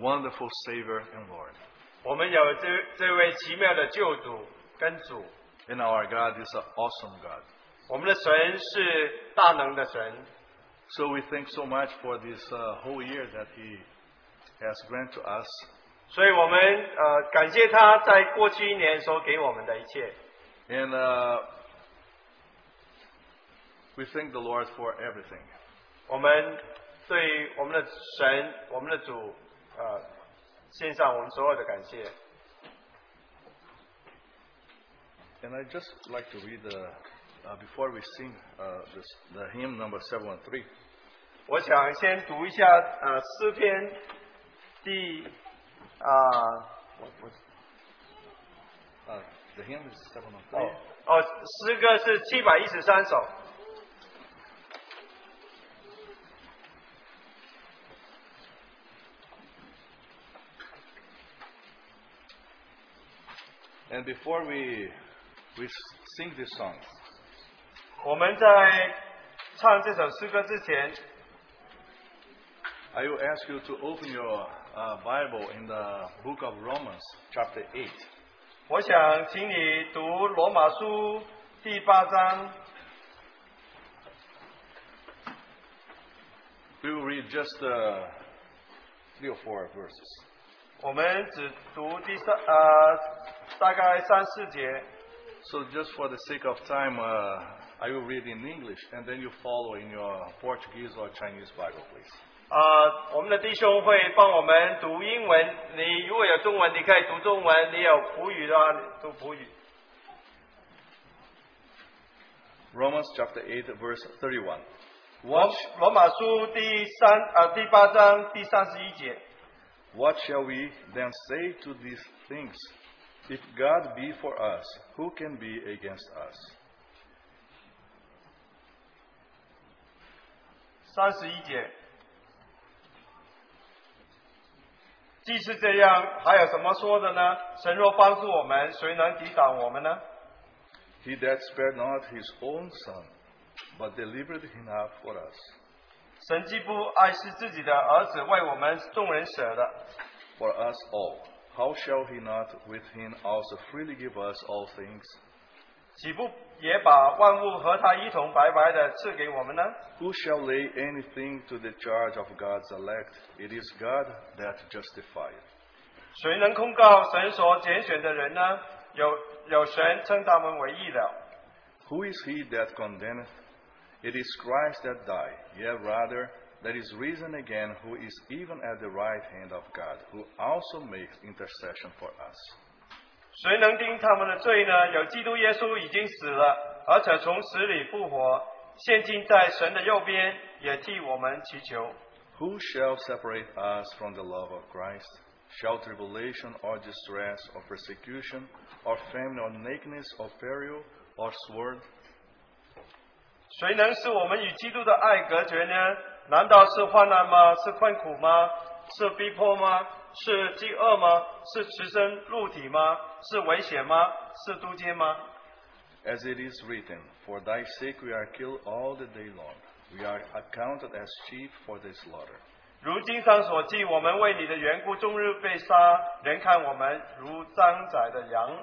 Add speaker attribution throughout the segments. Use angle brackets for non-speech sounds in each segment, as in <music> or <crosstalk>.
Speaker 1: wonderful Savior and Lord.
Speaker 2: 我们有这这位奇妙的救主跟主，
Speaker 1: And our God is an awesome God.
Speaker 2: 我们的神是大能的神，
Speaker 1: So we thank so much for this uh, whole year that He has granted to us.
Speaker 2: 所以我们呃感谢他在过去一年所给我们的一切，
Speaker 1: And uh, we thank the Lord for everything.
Speaker 2: 我们对我们的神、我们的主呃献上我们所有的感谢。
Speaker 1: And I just like to read, uh, uh, before we sing uh, this, the hymn number 713,
Speaker 2: 我想先读一下呃诗篇第啊、我哦我
Speaker 1: uh, the hymn is 713.
Speaker 2: 哦哦诗歌是七百一十三首，
Speaker 1: And before we, we s- sing this song,
Speaker 2: 我们在唱这首诗歌之前，
Speaker 1: I will ask you to open your uh, Bible in the book of Romans, chapter 8.
Speaker 2: 我想请你读罗马书第八章，
Speaker 1: We will read just uh, three or four verses.
Speaker 2: 我们只读第三呃大概三四节。
Speaker 1: So, just for the sake of time, uh, I will read in English and then you follow in your Portuguese or Chinese Bible, please.
Speaker 2: 呃，我们的弟兄会帮我们读英文，你如果有中文，你可以读中文；你有葡语的话，你读葡语。
Speaker 1: Romans chapter 8, verse 31.
Speaker 2: 罗
Speaker 1: What,
Speaker 2: 罗马书第三呃第八章第三十一节，
Speaker 1: what shall we then say to these things? If God be for us, who can be against us?
Speaker 2: 三十一节。既是这样，还有什么说的呢？神若帮助我们，谁能抵挡我们呢？
Speaker 1: He that spared not his own son, but delivered him up for us,
Speaker 2: 神既不爱惜自己的儿子，为我们众人舍的，
Speaker 1: for us all, how shall he not with him also freely give us all things?
Speaker 2: 岂不也把万物和他一同白白的赐给我们呢？
Speaker 1: Who shall lay anything to the charge of God's elect? It is God that justifieth.
Speaker 2: 谁能控告神所拣选的人呢？有有神称他们为义的。
Speaker 1: Who is he that condemneth? It is Christ that died, yea, rather, that is risen again, who is even at the right hand of God, who also makes intercession for us.
Speaker 2: 谁能定他们的罪呢？有基督耶稣已经死了，而且从死里复活，现今在神的右边，也替我们祈求。
Speaker 1: Who shall separate us from the love of Christ? Shall tribulation or distress or persecution or famine or nakedness or peril or sword?
Speaker 2: 谁能使我们与基督的爱隔绝呢？难道是患难吗？是困苦吗？是逼迫吗？是饥饿吗？是持身肉体吗？是危险吗？是毒奸吗？
Speaker 1: As it is written, For thy sake we are killed all the day long. We are accounted as sheep for the slaughter.
Speaker 2: 如经上所记，我们为你的缘故，终日被杀，人看我们如张宰的羊。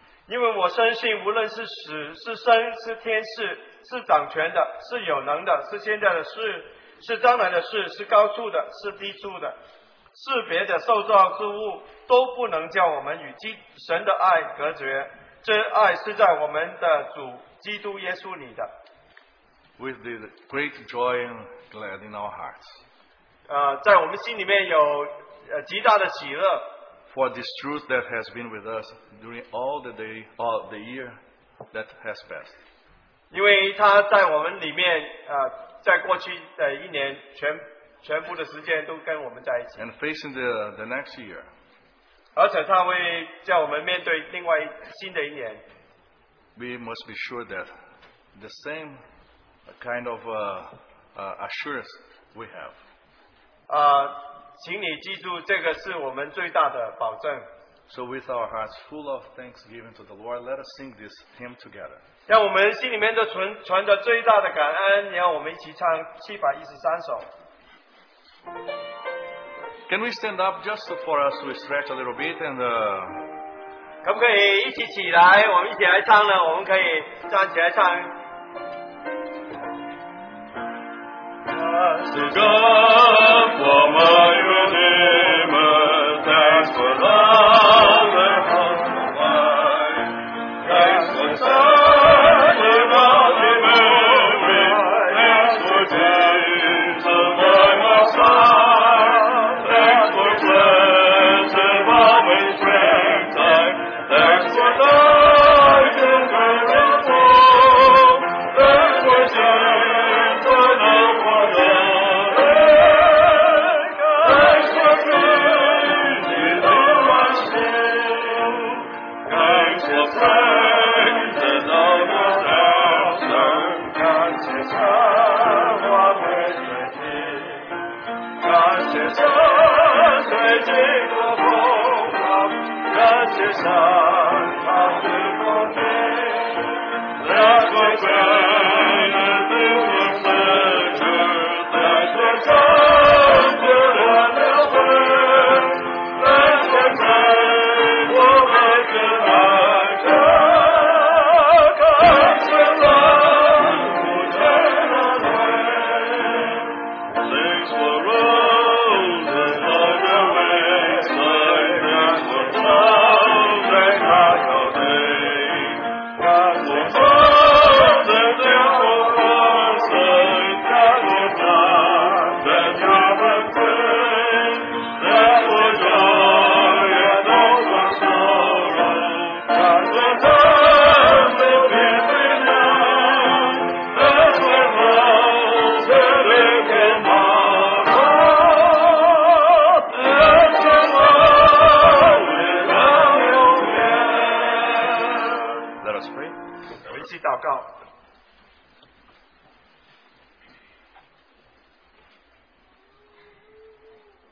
Speaker 2: 因为我深信，无论是死是生是天使，是掌权的，是有能的，是现在的事，是将来的事，是高处的，是低处的，是别的受造之物，都不能叫我们与基神的爱隔绝。这爱是在我们的主基督耶稣里的。
Speaker 1: With the great joy and glad in our hearts.
Speaker 2: 呃，在我们心里面有呃极大的喜乐，
Speaker 1: for this truth that has been with us during all the day, all the year that has passed.
Speaker 2: 因为他在我们里面，呃，在过去的一年全全部的时间都跟我们在一起，
Speaker 3: and facing the, the next year.
Speaker 2: 而且他会叫我们面对另外一新的一年。
Speaker 3: we must be sure that the same kind of uh, uh, assurance we have.
Speaker 2: 啊，请你记住，这个是我们最大的保证。
Speaker 3: So, with our hearts full of thanksgiving to the Lord, let us sing this hymn together.
Speaker 2: 让我们心里面的存存着最大的感恩，然后我们一起唱七百一十三首。
Speaker 3: Can we stand up just for us to stretch a little bit and uh,
Speaker 2: 可不可以一起起来？我们一起来唱呢？我们可以站起来唱。
Speaker 1: To God for my redeemer, thanks for love and hope for life. Thanks for time without remembering. Thanks for days of by my side. Thanks for plans and always springtime. Thanks for light and burning hope. Thanks for time for no one else. Thanks for grace in all my soul. Thanks for friends and all your help. Thanks for someone with me. 感谢神最近的风浪，感谢神他的光明，让我在那的风中，在这山谷的流回，让我在我们的爱中，感谢神不曾流泪。Thanks for roses by the wayside, and for clouds that hide your day, and for stars that never forsake, and for nights that come and fade, and for joy and over sorrow, and for times of every night, and for loves that live in my heart. And for love without your end.
Speaker 3: let us pray?
Speaker 2: 我们一起祷告。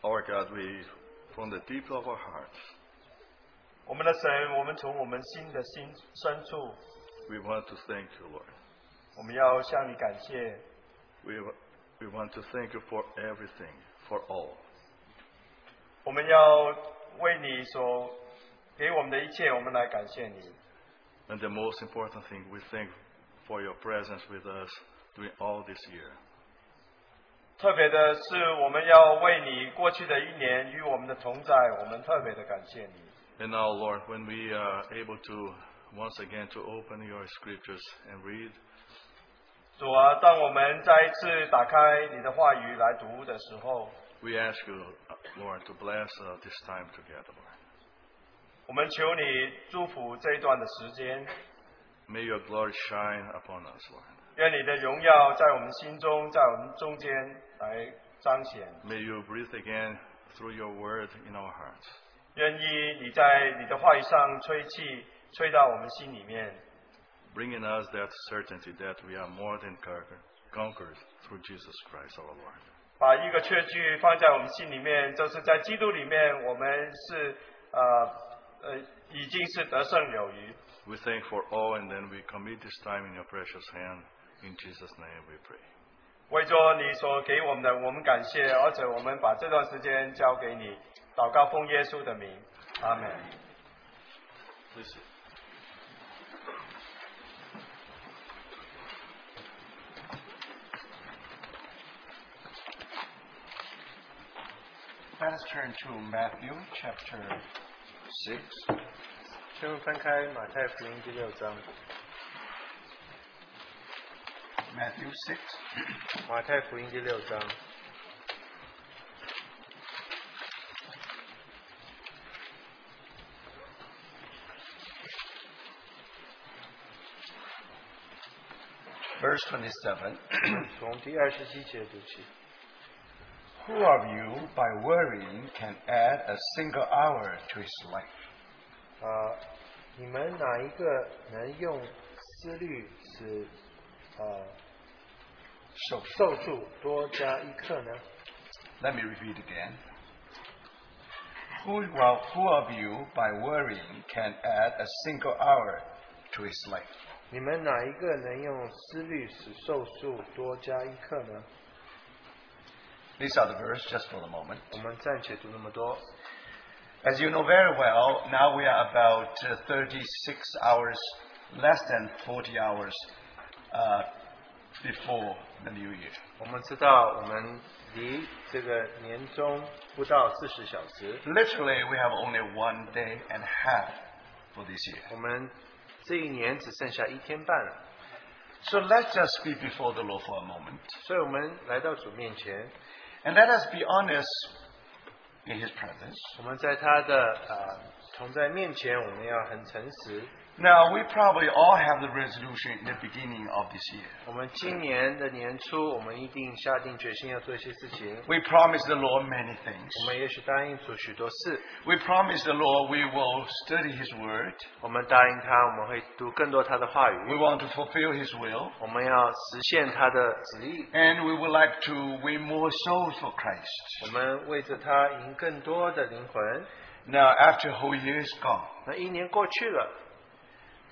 Speaker 3: Our God, we, from the deep of our hearts,
Speaker 2: 我们的神，我们从我们心的心深处，
Speaker 3: we want to thank you, Lord.
Speaker 2: 我们要向你感谢，
Speaker 3: We, we want to thank you for everything, for all.
Speaker 2: 我们要为你所给我们的一切，我们来感谢你。
Speaker 3: And the most important thing, we thank for your presence with us during all this year.
Speaker 2: 特别的是，我们要为你过去的一年与我们的同在，我们特别的感谢你。
Speaker 3: And now, Lord, when we are able to once again to open your scriptures and read,
Speaker 2: 主啊，当我们再一次打开你的话语来读的时候，
Speaker 3: we ask you, Lord, to bless uh, this time together, Lord.
Speaker 2: 我们求你祝福这一段的时间，
Speaker 3: May your glory shine upon us, Lord.
Speaker 2: 愿你的荣耀在我们心中，在我们中间来彰显。
Speaker 3: May you breathe again through your word in our hearts.
Speaker 2: 愿意你在你的话语上吹气，吹到我们心里面，
Speaker 3: Bringing us that certainty that we are more than conquer- conquerors through Jesus Christ our Lord.
Speaker 2: 把一个确据放在我们心里面，就是在基督里面，我们是呃呃已经是得胜有余。
Speaker 3: We thank for all, and then we commit this time in your precious hand. In Jesus' name we pray.
Speaker 2: 为着你所给我们的，我们感谢，而且我们把这段时间交给你，祷告奉耶稣的名，阿门。
Speaker 3: Please. sit.
Speaker 4: Let us turn to Matthew chapter 6.
Speaker 2: 请翻开马太福音第六章，
Speaker 4: Matthew 6.
Speaker 2: 马太福音第六章，
Speaker 4: Verse 27.
Speaker 2: 从第二十七节读起。
Speaker 4: <clears throat> Who of you, by worrying, can add a single hour to his life?
Speaker 5: 啊，你们哪一个能用思虑使啊
Speaker 4: So
Speaker 5: 寿数多加一刻呢？
Speaker 4: let me repeat again. Who, well, who of you, by worrying, can add a single hour to his life?
Speaker 5: 你们哪一个能用思虑使寿数多加一刻呢？
Speaker 4: These are the verse just for the moment.
Speaker 5: 我们暂且读那么多。
Speaker 4: As you know very well, now we are about uh, 36 hours, less than 40 hours uh, before the new year.
Speaker 5: 我们知道，我们离这个年终不到四十小时，
Speaker 4: Literally, we have only one day and a half for this year.
Speaker 5: 我们这一年只剩下一天半了。
Speaker 4: So let us be before the Lord for a moment,
Speaker 5: 所以，我们来到主面前，
Speaker 4: and let us be honest in His presence.
Speaker 5: 我们在他的啊、同在面前，我们要很诚实。
Speaker 4: Now, we probably all have the resolution in the beginning of this year.
Speaker 5: 我们今年的年初，我们一定下定决心要做一些事情。
Speaker 4: We promise the Lord many
Speaker 5: 我
Speaker 4: things.
Speaker 5: 们也许答应主许多事，
Speaker 4: We promise the Lord we will study His Word.
Speaker 5: 我们答应他，我们会读更多他的话
Speaker 4: We
Speaker 5: 语，
Speaker 4: want to fulfill His will.
Speaker 5: 我们要实现他的旨意，
Speaker 4: And we would like to win more souls for Christ.
Speaker 5: 我们为着他赢更多的灵魂。
Speaker 4: Now, after a whole year is gone,
Speaker 5: 那一年过去了，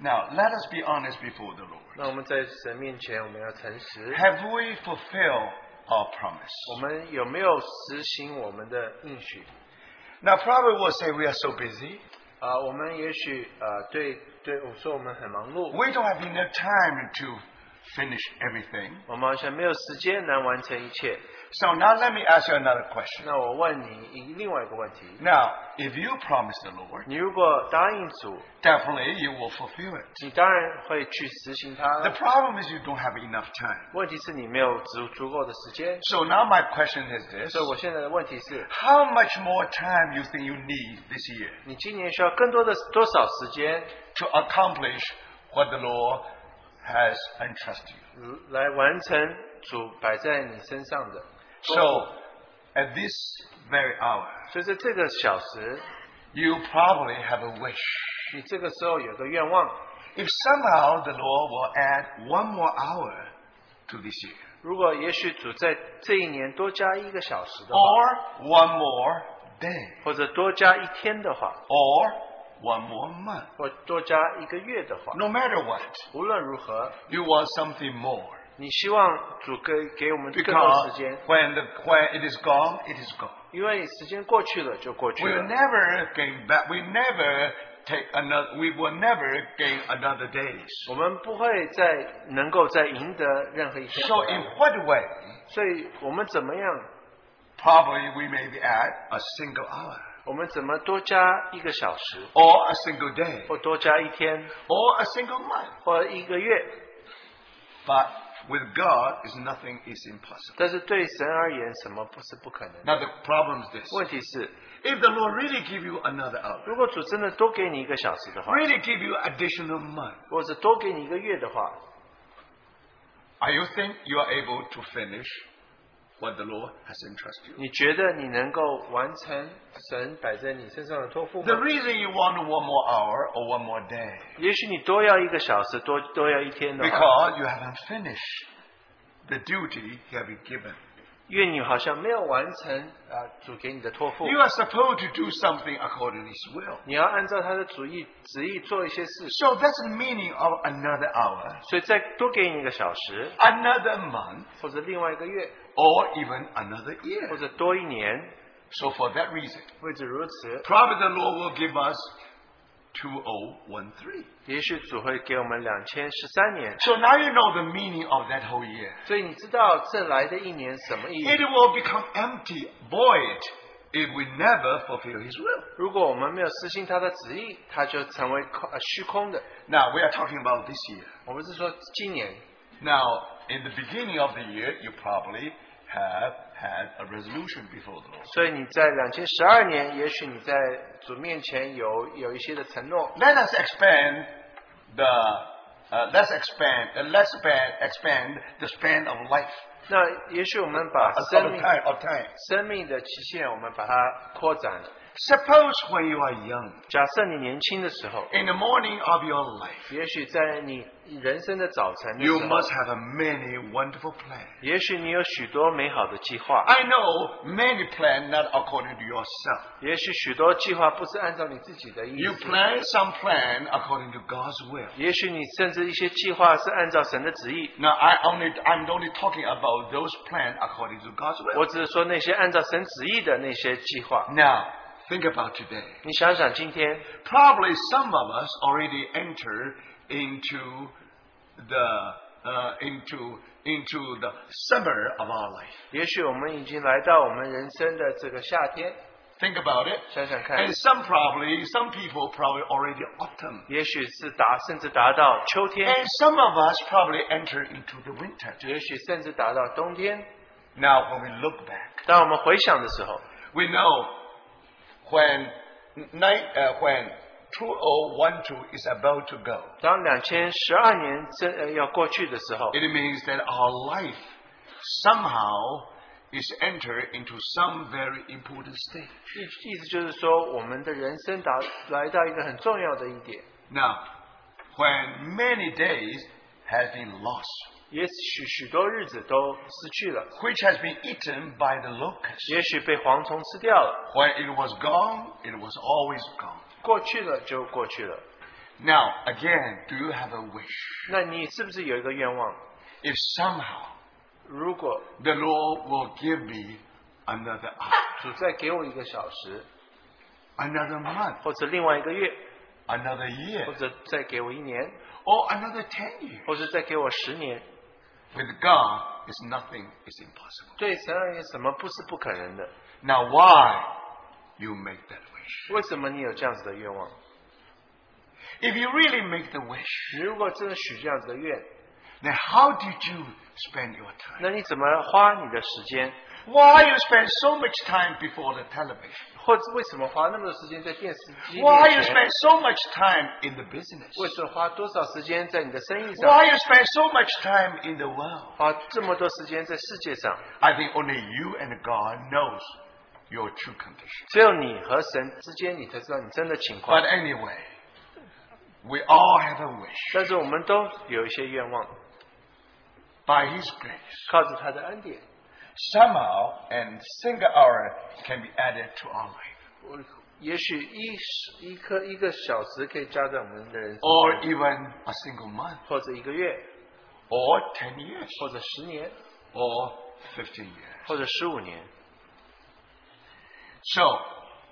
Speaker 4: now let us be honest before the Lord.
Speaker 5: 那我们在神面前，我们要诚实。
Speaker 4: Have we fulfilled our promise?
Speaker 5: 我们有没有实行我们的应许？
Speaker 4: Now, probably we'll say we are so busy.
Speaker 5: 啊、我们也许啊、对对，我说我们很忙碌，
Speaker 4: We don't have enough time to finish everything.
Speaker 5: 我们好像没有时间来完成一切。
Speaker 4: So now let me ask you another question.
Speaker 5: 那我问你一另外一个问题：
Speaker 4: Now, if you promise the Lord,
Speaker 5: 你如果答应主，
Speaker 4: definitely you will fulfill it.
Speaker 5: 你当然会去实行它。
Speaker 4: The problem is you don't have enough time.
Speaker 5: 问题是你没有足足够的时间。
Speaker 4: So now my question is this.
Speaker 5: 所以我现在的问题是，
Speaker 4: How much more time you think you need this year
Speaker 5: 你今年需要更多的多少时间
Speaker 4: to accomplish what the Lord has entrusted you?
Speaker 5: 嗯来完成主摆在你身上的？
Speaker 4: So at this very hour,
Speaker 5: 所以在这个小时，
Speaker 4: you probably have a wish.
Speaker 5: 你这个时候有个愿望，
Speaker 4: If somehow the Lord will add one more hour to this year,
Speaker 5: 如果也许主在这一年多加一个小时的
Speaker 4: 哦
Speaker 5: 话，
Speaker 4: or one more day,
Speaker 5: 或者多加一天的话，
Speaker 4: or one more month,
Speaker 5: 或多加一个月的话，
Speaker 4: no matter what,
Speaker 5: 无论如何，
Speaker 4: you want something more.
Speaker 5: 你希望主给给我们更多
Speaker 4: Because
Speaker 5: 时间，
Speaker 4: when, the, when it is gone, it is gone.
Speaker 5: 因为时间过去了就过去
Speaker 4: We
Speaker 5: 了
Speaker 4: will。never gain back. We never take another. We will never gain another days.
Speaker 5: 我们不会再能够再赢得任何一天
Speaker 4: So
Speaker 5: 回来
Speaker 4: in what way?
Speaker 5: 所以我们怎么样？
Speaker 4: Probably we may add a single hour,
Speaker 5: 我们怎么多加一个小时，
Speaker 4: or a single day,
Speaker 5: 或多加一天，
Speaker 4: or a single month.
Speaker 5: 或一个月？
Speaker 4: But with God, is nothing is impossible.
Speaker 5: 但是对神而言，什么不是不可能的？
Speaker 4: Now the problem is this:
Speaker 5: 问题是，
Speaker 4: if the Lord really give you another hour,
Speaker 5: 如果主真的多给你一个小时的话，
Speaker 4: really give you additional month,
Speaker 5: 或者多给你一个月的话，
Speaker 4: are you think you are able to finish what the Lord has entrusted you?
Speaker 5: 你觉得你能够完成神摆在你身上的托付
Speaker 4: The
Speaker 5: 吗？
Speaker 4: reason you want one more hour or one more day
Speaker 5: 也许你多要一个小时，多多要一天的话，
Speaker 4: Because you haven't finished the duty you have been given.
Speaker 5: 因为你好像没有完成啊、呃主给你的托付。
Speaker 4: You are supposed to do something according to His will.
Speaker 5: 你要按照他的主意旨意做一些事，
Speaker 4: So that's the meaning of another hour,
Speaker 5: 所以再多给你一个小时，
Speaker 4: another month,
Speaker 5: 或者另外一个月，
Speaker 4: or even another
Speaker 5: 或
Speaker 4: year.
Speaker 5: 者多一年。
Speaker 4: So for that reason,
Speaker 5: 为止如此，
Speaker 4: probably the Lord will give us 2013.
Speaker 5: 也许主会给我们两千十三年。
Speaker 4: So now you know the meaning of that whole year.
Speaker 5: 所以你知道这来的一年什么意义
Speaker 4: It？will become empty, void, if we never fulfill His will.
Speaker 5: 如果我们没有实行他的旨意，他就成为空、呃、虚空的。
Speaker 4: Now we are talking about this year.
Speaker 5: 我们是说今年，
Speaker 4: Now, in the beginning of the year, you probably have had a resolution before the Lord.
Speaker 5: 所以你在两千十二年，也许你在主面前有有一些的承诺。
Speaker 4: Let us expand the uh, let's expand uh, let's expand, expand the span of life.
Speaker 5: 那也许我们把
Speaker 4: of,
Speaker 5: 生
Speaker 4: of
Speaker 5: 命
Speaker 4: time, of time.
Speaker 5: 生命的期限，我们把它扩展。
Speaker 4: Suppose when you are young,
Speaker 5: 假设你年轻的时候，
Speaker 4: in the morning of your life,
Speaker 5: 也许在你人生的早晨的
Speaker 4: you
Speaker 5: 时候
Speaker 4: must，have a many wonderful plans.
Speaker 5: 也许你有许多美好的计划，
Speaker 4: I know many plans not according to yourself.
Speaker 5: 也许许多计划不是按照你自己的意
Speaker 4: You
Speaker 5: 思，
Speaker 4: plan some plan according to God's will.
Speaker 5: 也许你甚至一些计划是按照神的旨意。
Speaker 4: Now I only I'm only talking about those plans according to God's will.
Speaker 5: 我只是说那些按照神旨意的那些计划。
Speaker 4: Now think about today.
Speaker 5: 你想想，今天
Speaker 4: Probably some of us already enter into the uh, into into the summer of our life.
Speaker 5: 也许我们已经来到我们人生的这个夏天，
Speaker 4: Think about it.
Speaker 5: 想想看
Speaker 4: And，some probably some people probably already autumn.
Speaker 5: 也许是达甚至达到秋天，
Speaker 4: And some of us probably enter into the winter.
Speaker 5: 也许甚至达到冬天。
Speaker 4: Now when we look back.
Speaker 5: 当我们回想的时候，
Speaker 4: We know when night, uh, when 2012 is about to go,
Speaker 5: 当两千十二年真呃要过去的时候，
Speaker 4: it means that our life somehow is entered into some very important stage.
Speaker 5: 意意思就是说，我们的人生达来到一个很重要的一点，
Speaker 4: Now, when many days has been lost,
Speaker 5: 也许许多日子都失去了，
Speaker 4: which has been eaten by the locust,
Speaker 5: 也许被蝗虫吃掉了，
Speaker 4: when it was gone, it was always gone.
Speaker 5: 过去了就过去了。
Speaker 4: Now, again, do you have a wish?
Speaker 5: 那你是不是有一个愿望？
Speaker 4: If somehow
Speaker 5: 如果
Speaker 4: the Lord will give me another hour,
Speaker 5: 主再给我一个小时，
Speaker 4: another month,
Speaker 5: 或者另外一个月，
Speaker 4: another
Speaker 5: 或
Speaker 4: year
Speaker 5: 者再给我一年，
Speaker 4: or another 10 years.
Speaker 5: 或者再给我十年，
Speaker 4: With God, it's nothing is impossible.
Speaker 5: 对神而言，什么不是不可能的？
Speaker 4: Now, why you make that wish?
Speaker 5: 为什么你有这样子的愿望？
Speaker 4: If you really make the wish,
Speaker 5: 你如果真的许这样子的愿，
Speaker 4: then how did you spend your time?
Speaker 5: 那你怎么花你的时间？
Speaker 4: Why you spend so much time before the television?
Speaker 5: 或者为什么花那么多时间在电视机
Speaker 4: Why you
Speaker 5: 面前
Speaker 4: spend so much time in the business?
Speaker 5: 为什么花多少时间在你的生意上？
Speaker 4: Why you spend so much time in the world?
Speaker 5: 花这么多时间在世界上？
Speaker 4: I think only you and God knows your true condition.
Speaker 5: 只有你和神之间，你才知道你真的情况
Speaker 4: But。anyway, we all have a wish
Speaker 5: 但是我们都有一些愿望，
Speaker 4: by His grace.
Speaker 5: 靠着他的恩典，
Speaker 4: somehow and single hour can be added to our life
Speaker 5: 我也许一时一颗一个小时可以加在我们的人生
Speaker 4: or
Speaker 5: 中，
Speaker 4: even a single month
Speaker 5: 或者一个月，
Speaker 4: or 10 years
Speaker 5: 或者十年，
Speaker 4: or 15 years
Speaker 5: 或者十五年。
Speaker 4: so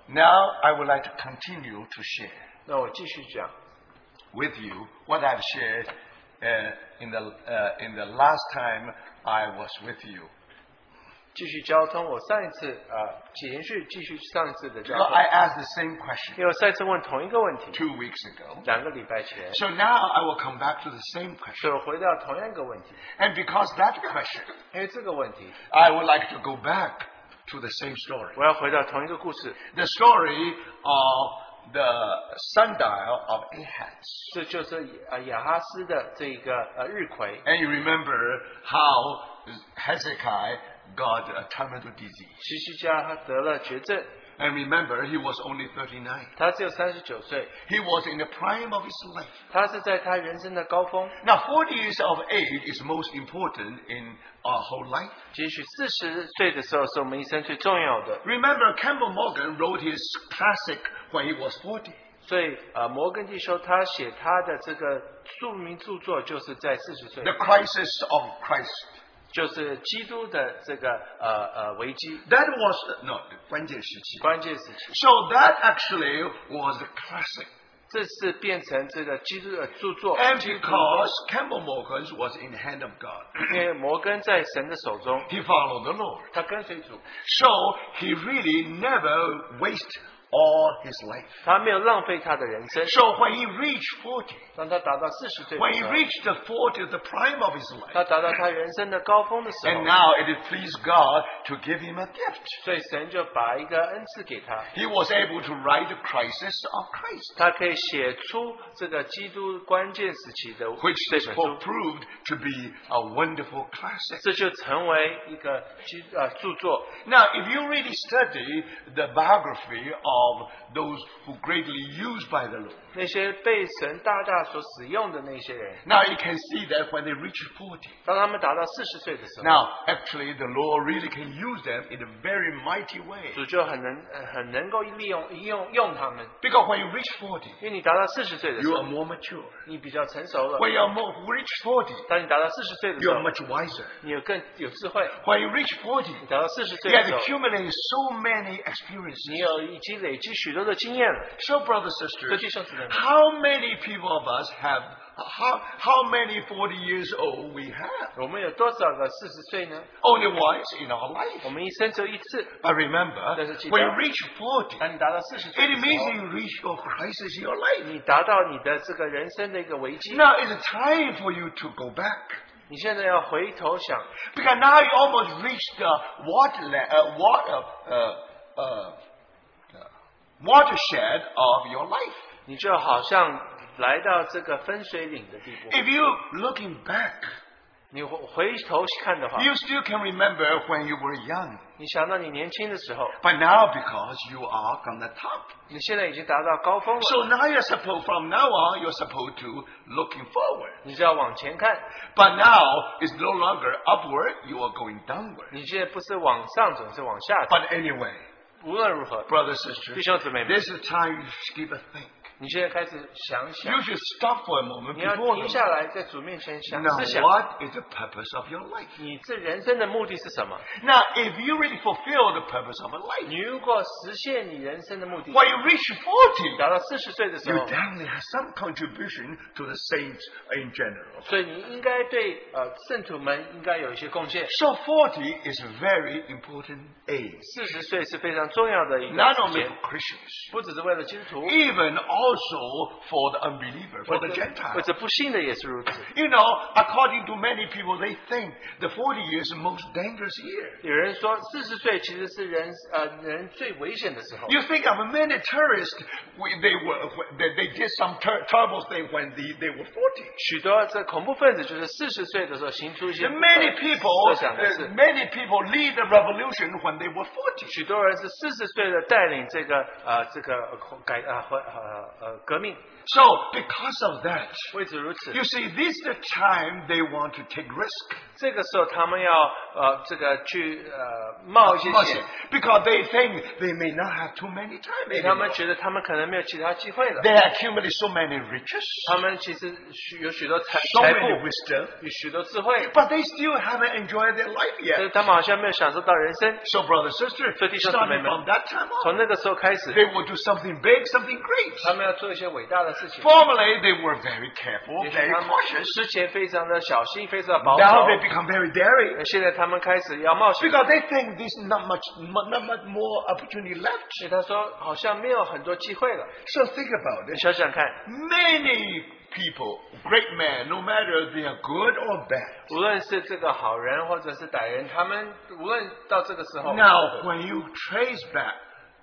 Speaker 4: now i would like to continue to share
Speaker 5: 那我继续讲，
Speaker 4: with you what i've shared uh, in the uh, in the last time i was with you
Speaker 5: 继续交通。我上一次啊，延续继续上一次的
Speaker 4: So
Speaker 5: 交通，
Speaker 4: i asked the same question
Speaker 5: 因为我上一次问同一个问题，
Speaker 4: two weeks ago
Speaker 5: 两个礼拜前，
Speaker 4: so now i will come back to the same question
Speaker 5: 所以我回到同样一个问题，
Speaker 4: and because that question
Speaker 5: 因为这个问题，
Speaker 4: i would like to go back to the same story
Speaker 5: 我要回到同一个故事，
Speaker 4: the story of the sundial of Ahaz.
Speaker 5: 这就是啊亚哈斯的这一个呃日葵。
Speaker 4: And you remember how Hezekiah got a terminal disease.
Speaker 5: 西西家他得了绝症，
Speaker 4: And remember, he was only 39.
Speaker 5: 他只有三十九岁，
Speaker 4: He was in the prime of his life.
Speaker 5: 他是在他人生的高峰。
Speaker 4: Now, 40 years of age is most important in our whole life.
Speaker 5: 也许四十岁的时候是我们一生最重要的，
Speaker 4: Remember, Campbell Morgan wrote his classic when he was 40.
Speaker 5: 所以呃，摩根弟兄他写他的这个著名著作就是在四十岁
Speaker 4: The，Crisis of Christ.
Speaker 5: 就是基督的这个呃呃危机
Speaker 4: That was, no, 关键时期.
Speaker 5: 关键时期，
Speaker 4: So that actually was the classic.
Speaker 5: 这是变成这个基督的著作。
Speaker 4: And
Speaker 5: 基督
Speaker 4: because Campbell Morgan was in the hand of God, <clears throat>
Speaker 5: 因为摩根在神的手中，
Speaker 4: he followed the Lord.
Speaker 5: 他跟随主，
Speaker 4: So he really never wasted all his life.
Speaker 5: 他没有浪费他的人生。
Speaker 4: So when he reached 40,
Speaker 5: 当他达到四十岁
Speaker 4: when
Speaker 5: 的
Speaker 4: he
Speaker 5: 时候，
Speaker 4: reached the 40, the prime of his
Speaker 5: 他
Speaker 4: life,
Speaker 5: 达到他人生的高峰的时
Speaker 4: and
Speaker 5: 候，
Speaker 4: now it pleased God to give him a gift.
Speaker 5: 所以神就把一个恩赐给他，
Speaker 4: He was able to write the crisis of Christ,
Speaker 5: 他可以写出这个基督关键时期的
Speaker 4: which
Speaker 5: 这
Speaker 4: they
Speaker 5: 本书
Speaker 4: pro-，proved to be a wonderful classic.
Speaker 5: 这就成为一个基呃著作。
Speaker 4: Now, if you really study the biography of those who greatly used by the Lord,
Speaker 5: 那些被神大大所使用的那些人，
Speaker 4: now you can see that when they reach 40,
Speaker 5: 当他们达到四十岁的时候，
Speaker 4: now actually the Lord really can use them in a very mighty way.
Speaker 5: 主就很能呃很能够利用用用他们，
Speaker 4: Because when you reach 40,
Speaker 5: 因为你达到四十岁的时
Speaker 4: you
Speaker 5: 候
Speaker 4: are，more mature.
Speaker 5: 你比较成熟了。
Speaker 4: When you are more, reach 40,
Speaker 5: 当你达到四十岁的
Speaker 4: you
Speaker 5: 时候
Speaker 4: are，much wiser.
Speaker 5: 你有更有智慧。
Speaker 4: When you reach 40,
Speaker 5: 你达到四十岁
Speaker 4: you
Speaker 5: 的
Speaker 4: have
Speaker 5: 时候，
Speaker 4: accumulated so many experiences.
Speaker 5: 你有已经累积许多的经验了。
Speaker 4: So, brothers
Speaker 5: 所
Speaker 4: sisters,
Speaker 5: 以弟兄姊妹们，
Speaker 4: how many people of us have, how, how many 40 years old we have?
Speaker 5: 我们有多少个四十岁呢？
Speaker 4: only once in our
Speaker 5: 我
Speaker 4: life.
Speaker 5: 们一生只有一次。
Speaker 4: But remember,
Speaker 5: Doesn't she
Speaker 4: when you
Speaker 5: die?
Speaker 4: reach 40,
Speaker 5: 当你达到四十岁
Speaker 4: it
Speaker 5: 的
Speaker 4: means
Speaker 5: 时
Speaker 4: you reach your crisis in your life.
Speaker 5: 候，你达到你的这个人生的一个危机。
Speaker 4: Now it's time for you to go back.
Speaker 5: 你现在要回头想，
Speaker 4: Because now you almost reached the water, uh, water, uh, uh, uh, watershed of your life.
Speaker 5: 你就好像来到这个分水岭的地步。
Speaker 4: If you looking back,
Speaker 5: 你回回头看的话，
Speaker 4: you still can remember when you were young.
Speaker 5: 你想到你年轻的时候，
Speaker 4: But now because you are on the top.
Speaker 5: 你现在已经达到高峰
Speaker 4: So
Speaker 5: 了，
Speaker 4: now you're supposed, from now on, you're supposed to looking forward.
Speaker 5: 你就要往前看。
Speaker 4: But now it's no longer upward, you are going downward.
Speaker 5: 你现在不是往上走，是往下走。
Speaker 4: But anyway,
Speaker 5: 无论如何，
Speaker 4: brothers
Speaker 5: 弟
Speaker 4: sisters,
Speaker 5: 兄姊妹们，
Speaker 4: this is time you should give a think.
Speaker 5: 你现在开始想
Speaker 4: You
Speaker 5: 想，
Speaker 4: should stop for a moment
Speaker 5: 你要
Speaker 4: before
Speaker 5: 停
Speaker 4: you.
Speaker 5: 下来，在主面前想
Speaker 4: Now,
Speaker 5: 思想，
Speaker 4: what is the purpose of your life?
Speaker 5: 你这人生的目的是什么？
Speaker 4: Now, if you really fulfill the purpose of a life,
Speaker 5: 你如果实现你人生的目的，
Speaker 4: when you reach 40,
Speaker 5: 达到四十岁的时
Speaker 4: you
Speaker 5: 候，
Speaker 4: definitely have some contribution to the saints in general.
Speaker 5: 所以你应该对呃圣徒们应该有一些贡献。
Speaker 4: So 40 is a very important age,
Speaker 5: 四十岁是非常重要的一
Speaker 4: not
Speaker 5: 个时
Speaker 4: only
Speaker 5: 间
Speaker 4: for，Christians,
Speaker 5: 不只是为了基督徒，
Speaker 4: even also for the unbeliever,
Speaker 5: 或
Speaker 4: for the
Speaker 5: 者
Speaker 4: Gentiles.
Speaker 5: 或者不幸的也是如此。
Speaker 4: You know, according to many people, they think the 40 years is the most dangerous year.
Speaker 5: 有人说，四十岁其实是人呃人最危险的时候。
Speaker 4: You think of many terrorists, we- they, were, they, they did some ter- terrible thing when they, they were 40.
Speaker 5: 许多这恐怖分子就是四十岁的时候行出一些
Speaker 4: And many
Speaker 5: 呃
Speaker 4: people,
Speaker 5: 思想的
Speaker 4: uh,
Speaker 5: 事。
Speaker 4: many people lead the revolution when they were 40.
Speaker 5: 许多人是四十岁的带领这个呃这个呃改啊或呃呃革命，
Speaker 4: So, because of that,
Speaker 5: 为此如此。
Speaker 4: you see, this is the time they want to take risk.
Speaker 5: 这个时候他们要呃这个去呃冒一些
Speaker 4: Because
Speaker 5: 险，
Speaker 4: because they think they may not have too many time
Speaker 5: 因为他们
Speaker 4: anymore.
Speaker 5: 觉得他们可能没有其他机会了。
Speaker 4: They accumulate so many riches,
Speaker 5: 他们其实许有许多财
Speaker 4: so
Speaker 5: 财
Speaker 4: many
Speaker 5: 富，
Speaker 4: wisdom.
Speaker 5: 有许多智慧，
Speaker 4: But they still haven't enjoyed their life
Speaker 5: 但
Speaker 4: yet.
Speaker 5: 是他们好像没有享受到人生。
Speaker 4: So, brother, sister,
Speaker 5: 所以弟兄姊妹
Speaker 4: starting
Speaker 5: 们
Speaker 4: from，that time
Speaker 5: 从
Speaker 4: on,
Speaker 5: 那个时候开始，
Speaker 4: they will do something big, something
Speaker 5: 他
Speaker 4: great.
Speaker 5: 们要做一些伟大的事情。
Speaker 4: Formerly, they were very careful,
Speaker 5: 也许
Speaker 4: very
Speaker 5: 他们
Speaker 4: cautious.
Speaker 5: 之前非常的小心，非常的保
Speaker 4: Now
Speaker 5: 守，
Speaker 4: they become very daring
Speaker 5: 而现在他们开始要冒险。
Speaker 4: because they think there's not much, mu- not much more opportunity left.
Speaker 5: 所以他说，好像没有很多机会了。
Speaker 4: So think about
Speaker 5: 你
Speaker 4: it.
Speaker 5: 想想看，
Speaker 4: Many people, great men, no matter they are good or bad.
Speaker 5: 无论是这个好人或者是歹人，他们无论到这个时候，
Speaker 4: Now, when you trace back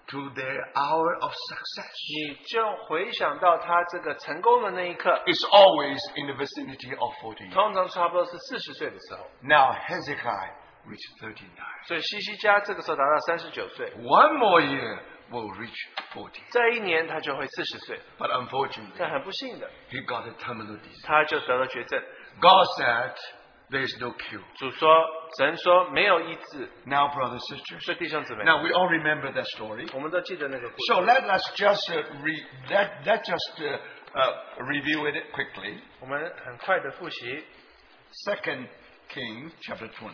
Speaker 4: to their hour of success,
Speaker 5: 你就回想到他这个成功的那一刻，
Speaker 4: it's always in the vicinity of 40 years.
Speaker 5: 通常差不多是四十岁的时候。
Speaker 4: Now Hezekiah reached 39.
Speaker 5: 所以西西家这个时候达到三十九岁，
Speaker 4: One more year will reach 40.
Speaker 5: 再一年他就会四十岁。
Speaker 4: But unfortunately,
Speaker 5: 但很不幸的，
Speaker 4: he got a terminal disease.
Speaker 5: 他就得了绝症。
Speaker 4: God said, there is no cure.
Speaker 5: 主说，神说没有医治。
Speaker 4: Now, brothers and sisters,
Speaker 5: 所以弟兄姊妹，
Speaker 4: now we all remember that story.
Speaker 5: 我们都记得那个故事。
Speaker 4: So let us just uh, re- let, let just uh, uh, review it quickly.
Speaker 5: 我们很快的复习
Speaker 4: Second Kings chapter 20.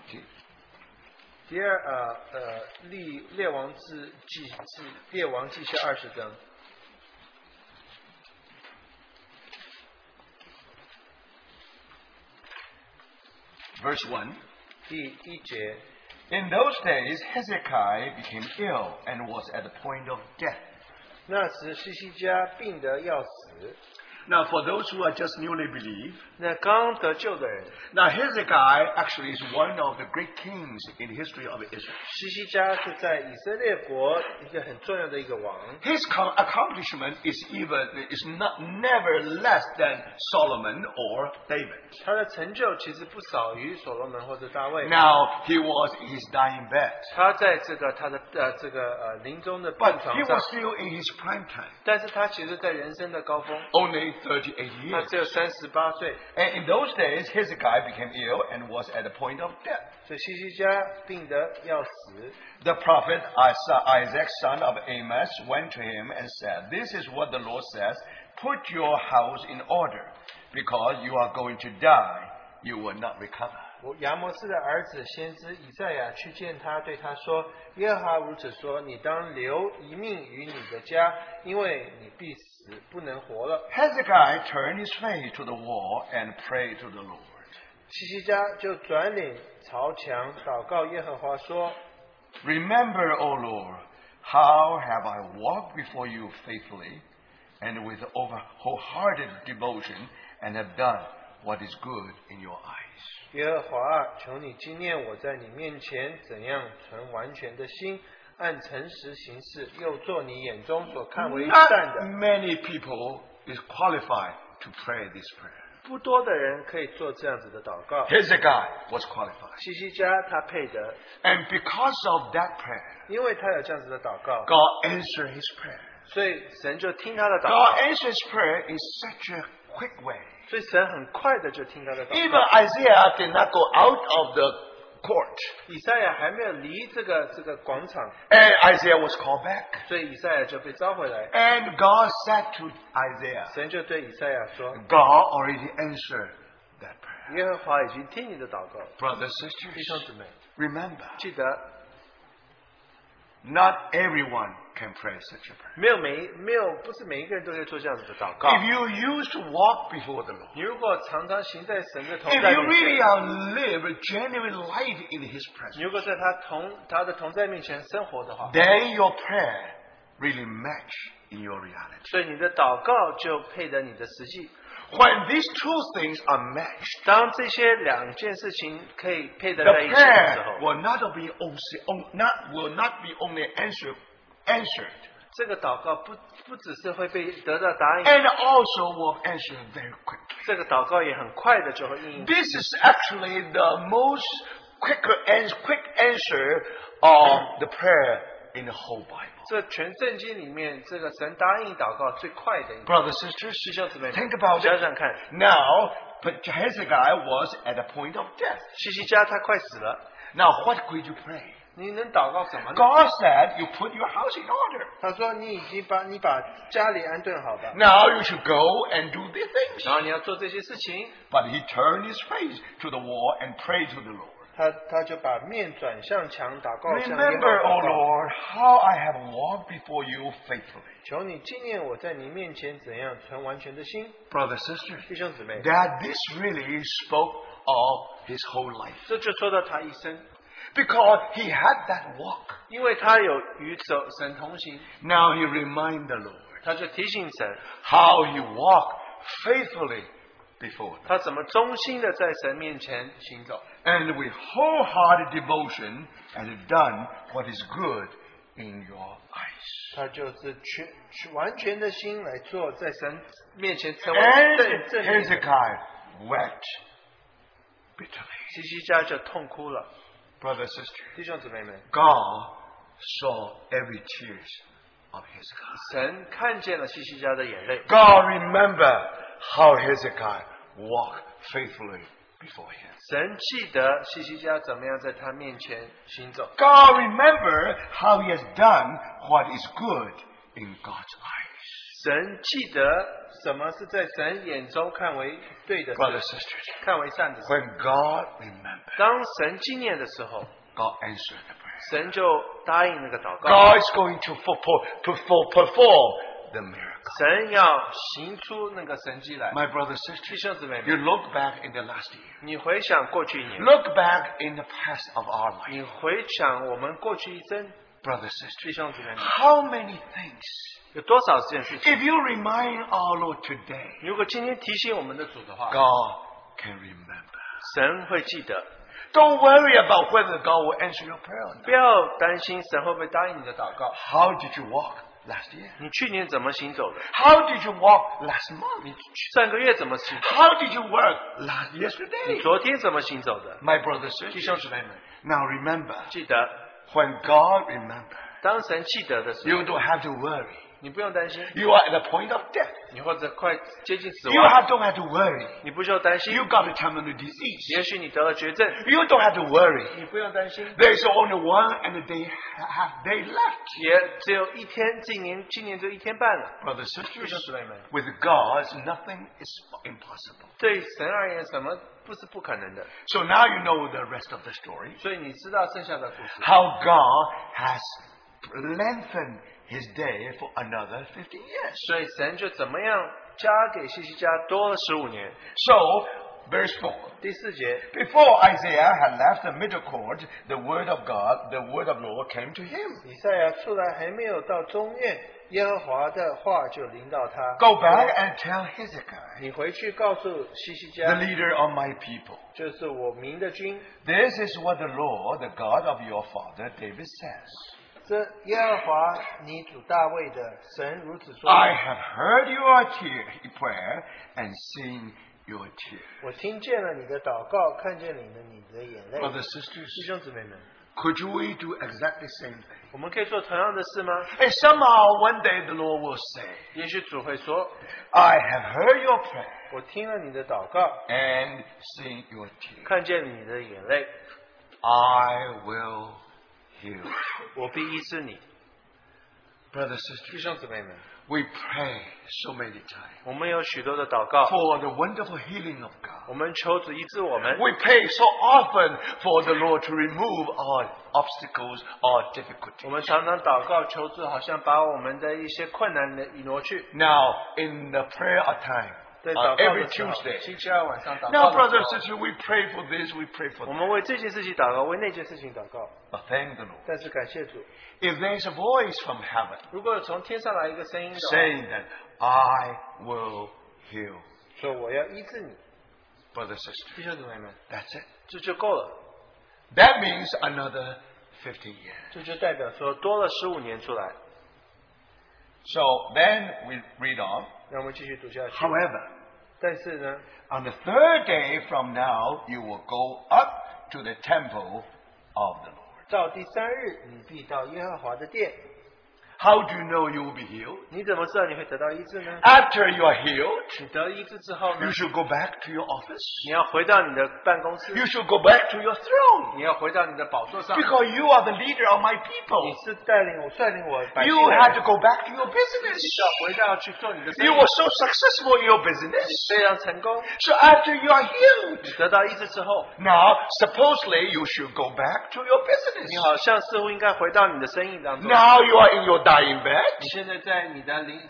Speaker 5: 第二呃呃列列王志记记列王记下二十章。
Speaker 4: Verse 1.
Speaker 5: 第一节，
Speaker 4: In those days, Hezekiah became ill and was at the point of death.
Speaker 5: 那时西西家病得要死。
Speaker 4: Now, for those who are just newly believe,
Speaker 5: 那刚得救的人，
Speaker 4: now Hezekiah actually is one of the great kings in the history of Israel.
Speaker 5: 西西家是在以色列国一个很重要的一个王，
Speaker 4: His co- accomplishment is even is not never less than Solomon or David.
Speaker 5: 他的成就其实不少于所罗门或者大卫。
Speaker 4: Now he was in his dying bed,
Speaker 5: 他在这个他的呃这个呃临终的病
Speaker 4: but he
Speaker 5: 床
Speaker 4: was
Speaker 5: 上，
Speaker 4: still in his prime time,
Speaker 5: 但是他其实在人生的高峰，
Speaker 4: only 38
Speaker 5: 他
Speaker 4: years.
Speaker 5: 只有三十八岁，
Speaker 4: And in those days, Hezekiah became ill and was at the point of death.
Speaker 5: 所以西西家病得要死。
Speaker 4: The prophet Isa- Isaac, son of Amos, went to him and said, This is what the Lord says Put your house in order, because you are going to die, you will not recover.
Speaker 5: 我亚摩斯的儿子先知以赛亚去见他，对他说：“耶和华如此说，你当留一命于你的家，因为你必死，不能活了。
Speaker 4: Hezekiah turned his face to the wall and prayed to the Lord. ”
Speaker 5: 西西家就转脸朝墙，祷告耶和华说
Speaker 4: Remember, O Lord, how have I walked before you faithfully and with over wholehearted devotion and have done what is good in your eyes.：“
Speaker 5: 耶和华啊，求你纪念我在你面前怎样存完全的心，按诚实行事，又做你眼中所看为善的。
Speaker 4: Not many people is qualified to pray this prayer. ”
Speaker 5: 不多的人可以做这样子的祷
Speaker 4: 嗯
Speaker 5: 告。
Speaker 4: Hezekiah was qualified.
Speaker 5: 西西家他配得，
Speaker 4: And because of that prayer,
Speaker 5: 因为他有这样子的祷告，
Speaker 4: God answered his prayer.
Speaker 5: 所以神就听他的祷告
Speaker 4: God。answered his prayer in such a quick way.
Speaker 5: 所以神很快的就听他的祷
Speaker 4: Even
Speaker 5: 告。
Speaker 4: Isaiah did not go out of the court.
Speaker 5: 以赛亚还没有离这个这个广场，
Speaker 4: And Isaiah was called back.
Speaker 5: 所以以赛亚就被召回来。
Speaker 4: And God said to Isaiah,
Speaker 5: 神就对以赛亚说
Speaker 4: God already answered that prayer.：“
Speaker 5: 耶和华已经听你的祷告。
Speaker 4: Brothers
Speaker 5: 弟兄
Speaker 4: sisters,
Speaker 5: 姊妹，
Speaker 4: remember,
Speaker 5: 记得
Speaker 4: not everyone can pray such a prayer.
Speaker 5: 没有每没有不是每一个人都可以做这样子的祷告。
Speaker 4: If you used to walk before the Lord,
Speaker 5: 你如果常常行在神的同
Speaker 4: if
Speaker 5: 在
Speaker 4: you
Speaker 5: 面
Speaker 4: really
Speaker 5: 前，
Speaker 4: are live a genuine life in His
Speaker 5: 你
Speaker 4: presence,
Speaker 5: 如果在他同他的同在面前生活的话，
Speaker 4: then your prayer really match in your reality.
Speaker 5: 所以你的祷告就配得你的实际。
Speaker 4: When these two things are matched,
Speaker 5: 当这些两件事情可以配得
Speaker 4: the
Speaker 5: 在一起的时
Speaker 4: prayer
Speaker 5: 候，
Speaker 4: will not be only, not, will not be only answered, answered,
Speaker 5: 这个祷告不不只是会被得到答应，
Speaker 4: and also will answer very quickly.
Speaker 5: 这个祷告也很快的就会应用。
Speaker 4: This is actually the most quicker and quick answer of the prayer in the whole Bible.
Speaker 5: 这全圣经里面，这个神答应祷告最快的一个。
Speaker 4: Brothers sisters,
Speaker 5: 弟兄姊妹们，
Speaker 4: think about
Speaker 5: 想
Speaker 4: it.
Speaker 5: 想看，
Speaker 4: Now, but Hezekiah was at the point of death.
Speaker 5: 西西家他快死了，
Speaker 4: Now, what could you pray?
Speaker 5: 你能祷告什么呢？
Speaker 4: God said, "You put your house in order."
Speaker 5: 他说：“你已经把你把家里安顿好吧，
Speaker 4: Now you should go and do these things.
Speaker 5: 然后你要做这些事情。
Speaker 4: But he turned his face to the wall and prayed to the Lord. ”
Speaker 5: 他他就把面转向墙祷
Speaker 4: Oh,
Speaker 5: 告，向耶
Speaker 4: Remember,
Speaker 5: 和
Speaker 4: O
Speaker 5: 华祷告
Speaker 4: Lord, how I have walked before you faithfully.
Speaker 5: 求你纪念我在你面前怎样存完全的心，
Speaker 4: Brothers, sisters,
Speaker 5: 弟兄姊妹。
Speaker 4: that this really spoke of his whole life
Speaker 5: 这就说到他一生，
Speaker 4: because he had that walk.
Speaker 5: 因为他有与走神同行，
Speaker 4: Now he reminded the Lord
Speaker 5: 他就提醒神，
Speaker 4: how he walked faithfully before him.
Speaker 5: 他怎么忠心的在神面前行走，
Speaker 4: and with wholehearted devotion and have done what is good in your eyes.
Speaker 5: 他哎就是全全完全的心来做，在神面前成为正
Speaker 4: And
Speaker 5: 正面的。
Speaker 4: Hezekiah wept bitterly.
Speaker 5: 西西家就痛哭了，
Speaker 4: Brother, sister,
Speaker 5: 弟兄姊妹们，
Speaker 4: God saw every tears of Hezekiah.
Speaker 5: 神看见了西西家的眼泪，
Speaker 4: God remember how Hezekiah walked faithfully before him.
Speaker 5: 神记得西西家怎么样在他面前行走，
Speaker 4: God remember how he has done what is good in God's eyes.
Speaker 5: 神记得什么是在神眼中看为对的
Speaker 4: Brother,
Speaker 5: 事，
Speaker 4: sister,
Speaker 5: 看为善的事。
Speaker 4: when God remember,
Speaker 5: 当神纪念的时候，
Speaker 4: God answered the prayer.
Speaker 5: 神就答应那个祷告
Speaker 4: God，is going to perform, perform, perform the miracle.
Speaker 5: 神要行出那个神迹来。
Speaker 4: My brothers
Speaker 5: 弟
Speaker 4: sisters,
Speaker 5: 兄姊妹
Speaker 4: you
Speaker 5: 们，
Speaker 4: look back in the last year.
Speaker 5: 你回想过去一年。
Speaker 4: Look back in the past of our life.
Speaker 5: 你回想我们过去一生，
Speaker 4: brothers sisters.
Speaker 5: 弟兄姊妹们，
Speaker 4: How many things?
Speaker 5: 有多少件事情？
Speaker 4: If you remind our Lord today,
Speaker 5: 如果今天提醒我们的主的话，
Speaker 4: God can remember.
Speaker 5: 神会记得。
Speaker 4: Don't worry about whether God will answer your prayer or not.
Speaker 5: 不要担心神会不会答应你的祷告。
Speaker 4: How did you walk last year?
Speaker 5: 你去年怎么行走的？
Speaker 4: How did you walk last month?
Speaker 5: 上个月怎么行？
Speaker 4: How did you work last yesterday?
Speaker 5: 你昨天怎么行走的？
Speaker 4: My brothers and
Speaker 5: 弟兄
Speaker 4: sisters,
Speaker 5: 姊妹们，
Speaker 4: now remember,
Speaker 5: 记得
Speaker 4: when God remembers,
Speaker 5: 当神记得的时
Speaker 4: you
Speaker 5: 候，
Speaker 4: don't have to worry.
Speaker 5: 你不用担心，
Speaker 4: You are at the point of death.
Speaker 5: 你或者快接近死
Speaker 4: You
Speaker 5: 亡，
Speaker 4: have, don't have to worry.
Speaker 5: 你不需要担心
Speaker 4: You。got a terminal disease.
Speaker 5: 也许你得了绝症，
Speaker 4: You don't have to worry.
Speaker 5: 你不用担心。
Speaker 4: There's only one and a day, half day left.
Speaker 5: 也只有一天，今年今年就一天半了。
Speaker 4: Brothers and
Speaker 5: 弟兄
Speaker 4: sisters,
Speaker 5: 姊妹们，
Speaker 4: with God, nothing is impossible.
Speaker 5: 对神而言，什么不是不可能的？
Speaker 4: So now you know the rest of the story.
Speaker 5: 所以你知道剩下的故事，
Speaker 4: How God has lengthened his day for another 50 years.
Speaker 5: 所以神就怎么样加给西西家多了十五年。
Speaker 4: So, verse 4.
Speaker 5: 第四节，
Speaker 4: Before Isaiah had left the middle court, the word of God, the word of Lord came to him.
Speaker 5: 以赛亚出来还没有到中院，耶和华的话就临到他。
Speaker 4: Go back and tell Hezekiah,
Speaker 5: 你回去告诉西西
Speaker 4: the
Speaker 5: 家，
Speaker 4: leader of my people.
Speaker 5: 就是我民的君，
Speaker 4: This is what the Lord, the God of your father David says.
Speaker 5: 这耶和华你主大卫的神如此说：
Speaker 4: I have heard your tear, prayer and seen your tears.
Speaker 5: 我听见了你的祷告，看见你的你的眼泪。
Speaker 4: Brothers and sisters,
Speaker 5: 弟兄姊妹们，
Speaker 4: could we do exactly the same thing?
Speaker 5: 我们可以做同样的事吗？
Speaker 4: And somehow one day the Lord will say,
Speaker 5: 也许主会说
Speaker 4: I have heard your：“
Speaker 5: 我听了你的祷告，
Speaker 4: prayer and seen your tears.
Speaker 5: 看见你的眼泪，
Speaker 4: I will heal.
Speaker 5: 我必医治你。
Speaker 4: Brothers ” and
Speaker 5: 弟
Speaker 4: sisters,
Speaker 5: 兄姊妹们，
Speaker 4: we pray so many times
Speaker 5: 我们有许多的祷告，
Speaker 4: for the wonderful healing of God.
Speaker 5: 我们求主医治我们。
Speaker 4: We pray so often for the Lord to remove our obstacles, our
Speaker 5: 我
Speaker 4: difficulties.
Speaker 5: 们常常祷告求助，好像把我们的一些困难的挪去。
Speaker 4: Now, in the prayer time,
Speaker 5: 在
Speaker 4: on
Speaker 5: 祷告
Speaker 4: every
Speaker 5: 的时候，
Speaker 4: Tuesday.
Speaker 5: 星期二晚上祷告的时候。
Speaker 4: Now, brothers and sisters, we pray for this, we pray for
Speaker 5: 我
Speaker 4: that.
Speaker 5: 们为这件事情祷告，为那件事情祷告。
Speaker 4: But thank the Lord.
Speaker 5: 但是感谢主，
Speaker 4: If there's a voice from heaven
Speaker 5: 如果从天上来一个声音的话
Speaker 4: saying that, I will heal,
Speaker 5: 说我要医治你，
Speaker 4: brothers and sisters,
Speaker 5: 弟兄姊妹们，
Speaker 4: that's it.
Speaker 5: 这就够了。
Speaker 4: That means another 50 years.
Speaker 5: 这就代表说多了十五年出来。
Speaker 4: So then we read on.
Speaker 5: 让我们继续读下去。
Speaker 4: However,
Speaker 5: 但是呢，
Speaker 4: On the third day from now, you will go up to the temple of the Lord.
Speaker 5: 到第三日，你必到耶和华的殿。
Speaker 4: How do you know you will be healed?
Speaker 5: 你怎么知道你会得到医治呢？
Speaker 4: After you are healed,
Speaker 5: 你啊得医治之后呢
Speaker 4: you，should go back to your office.
Speaker 5: 你要回到你的办公室，
Speaker 4: You should go back to your throne
Speaker 5: 你要回到你的宝座上。
Speaker 4: because you are the leader of my
Speaker 5: 你
Speaker 4: people.
Speaker 5: 是带领我率领我百姓
Speaker 4: You
Speaker 5: 的
Speaker 4: have to go back to your business.
Speaker 5: 回到去做你的生
Speaker 4: You
Speaker 5: 意，
Speaker 4: were so successful in your business.
Speaker 5: 非常成功。
Speaker 4: So after you are healed,
Speaker 5: 得到医治之后，
Speaker 4: now supposedly you should go back to your business.
Speaker 5: 你好像似乎应该回到你的生意当中。
Speaker 4: Now you are in your dying bed,
Speaker 5: 你现在在你的临时，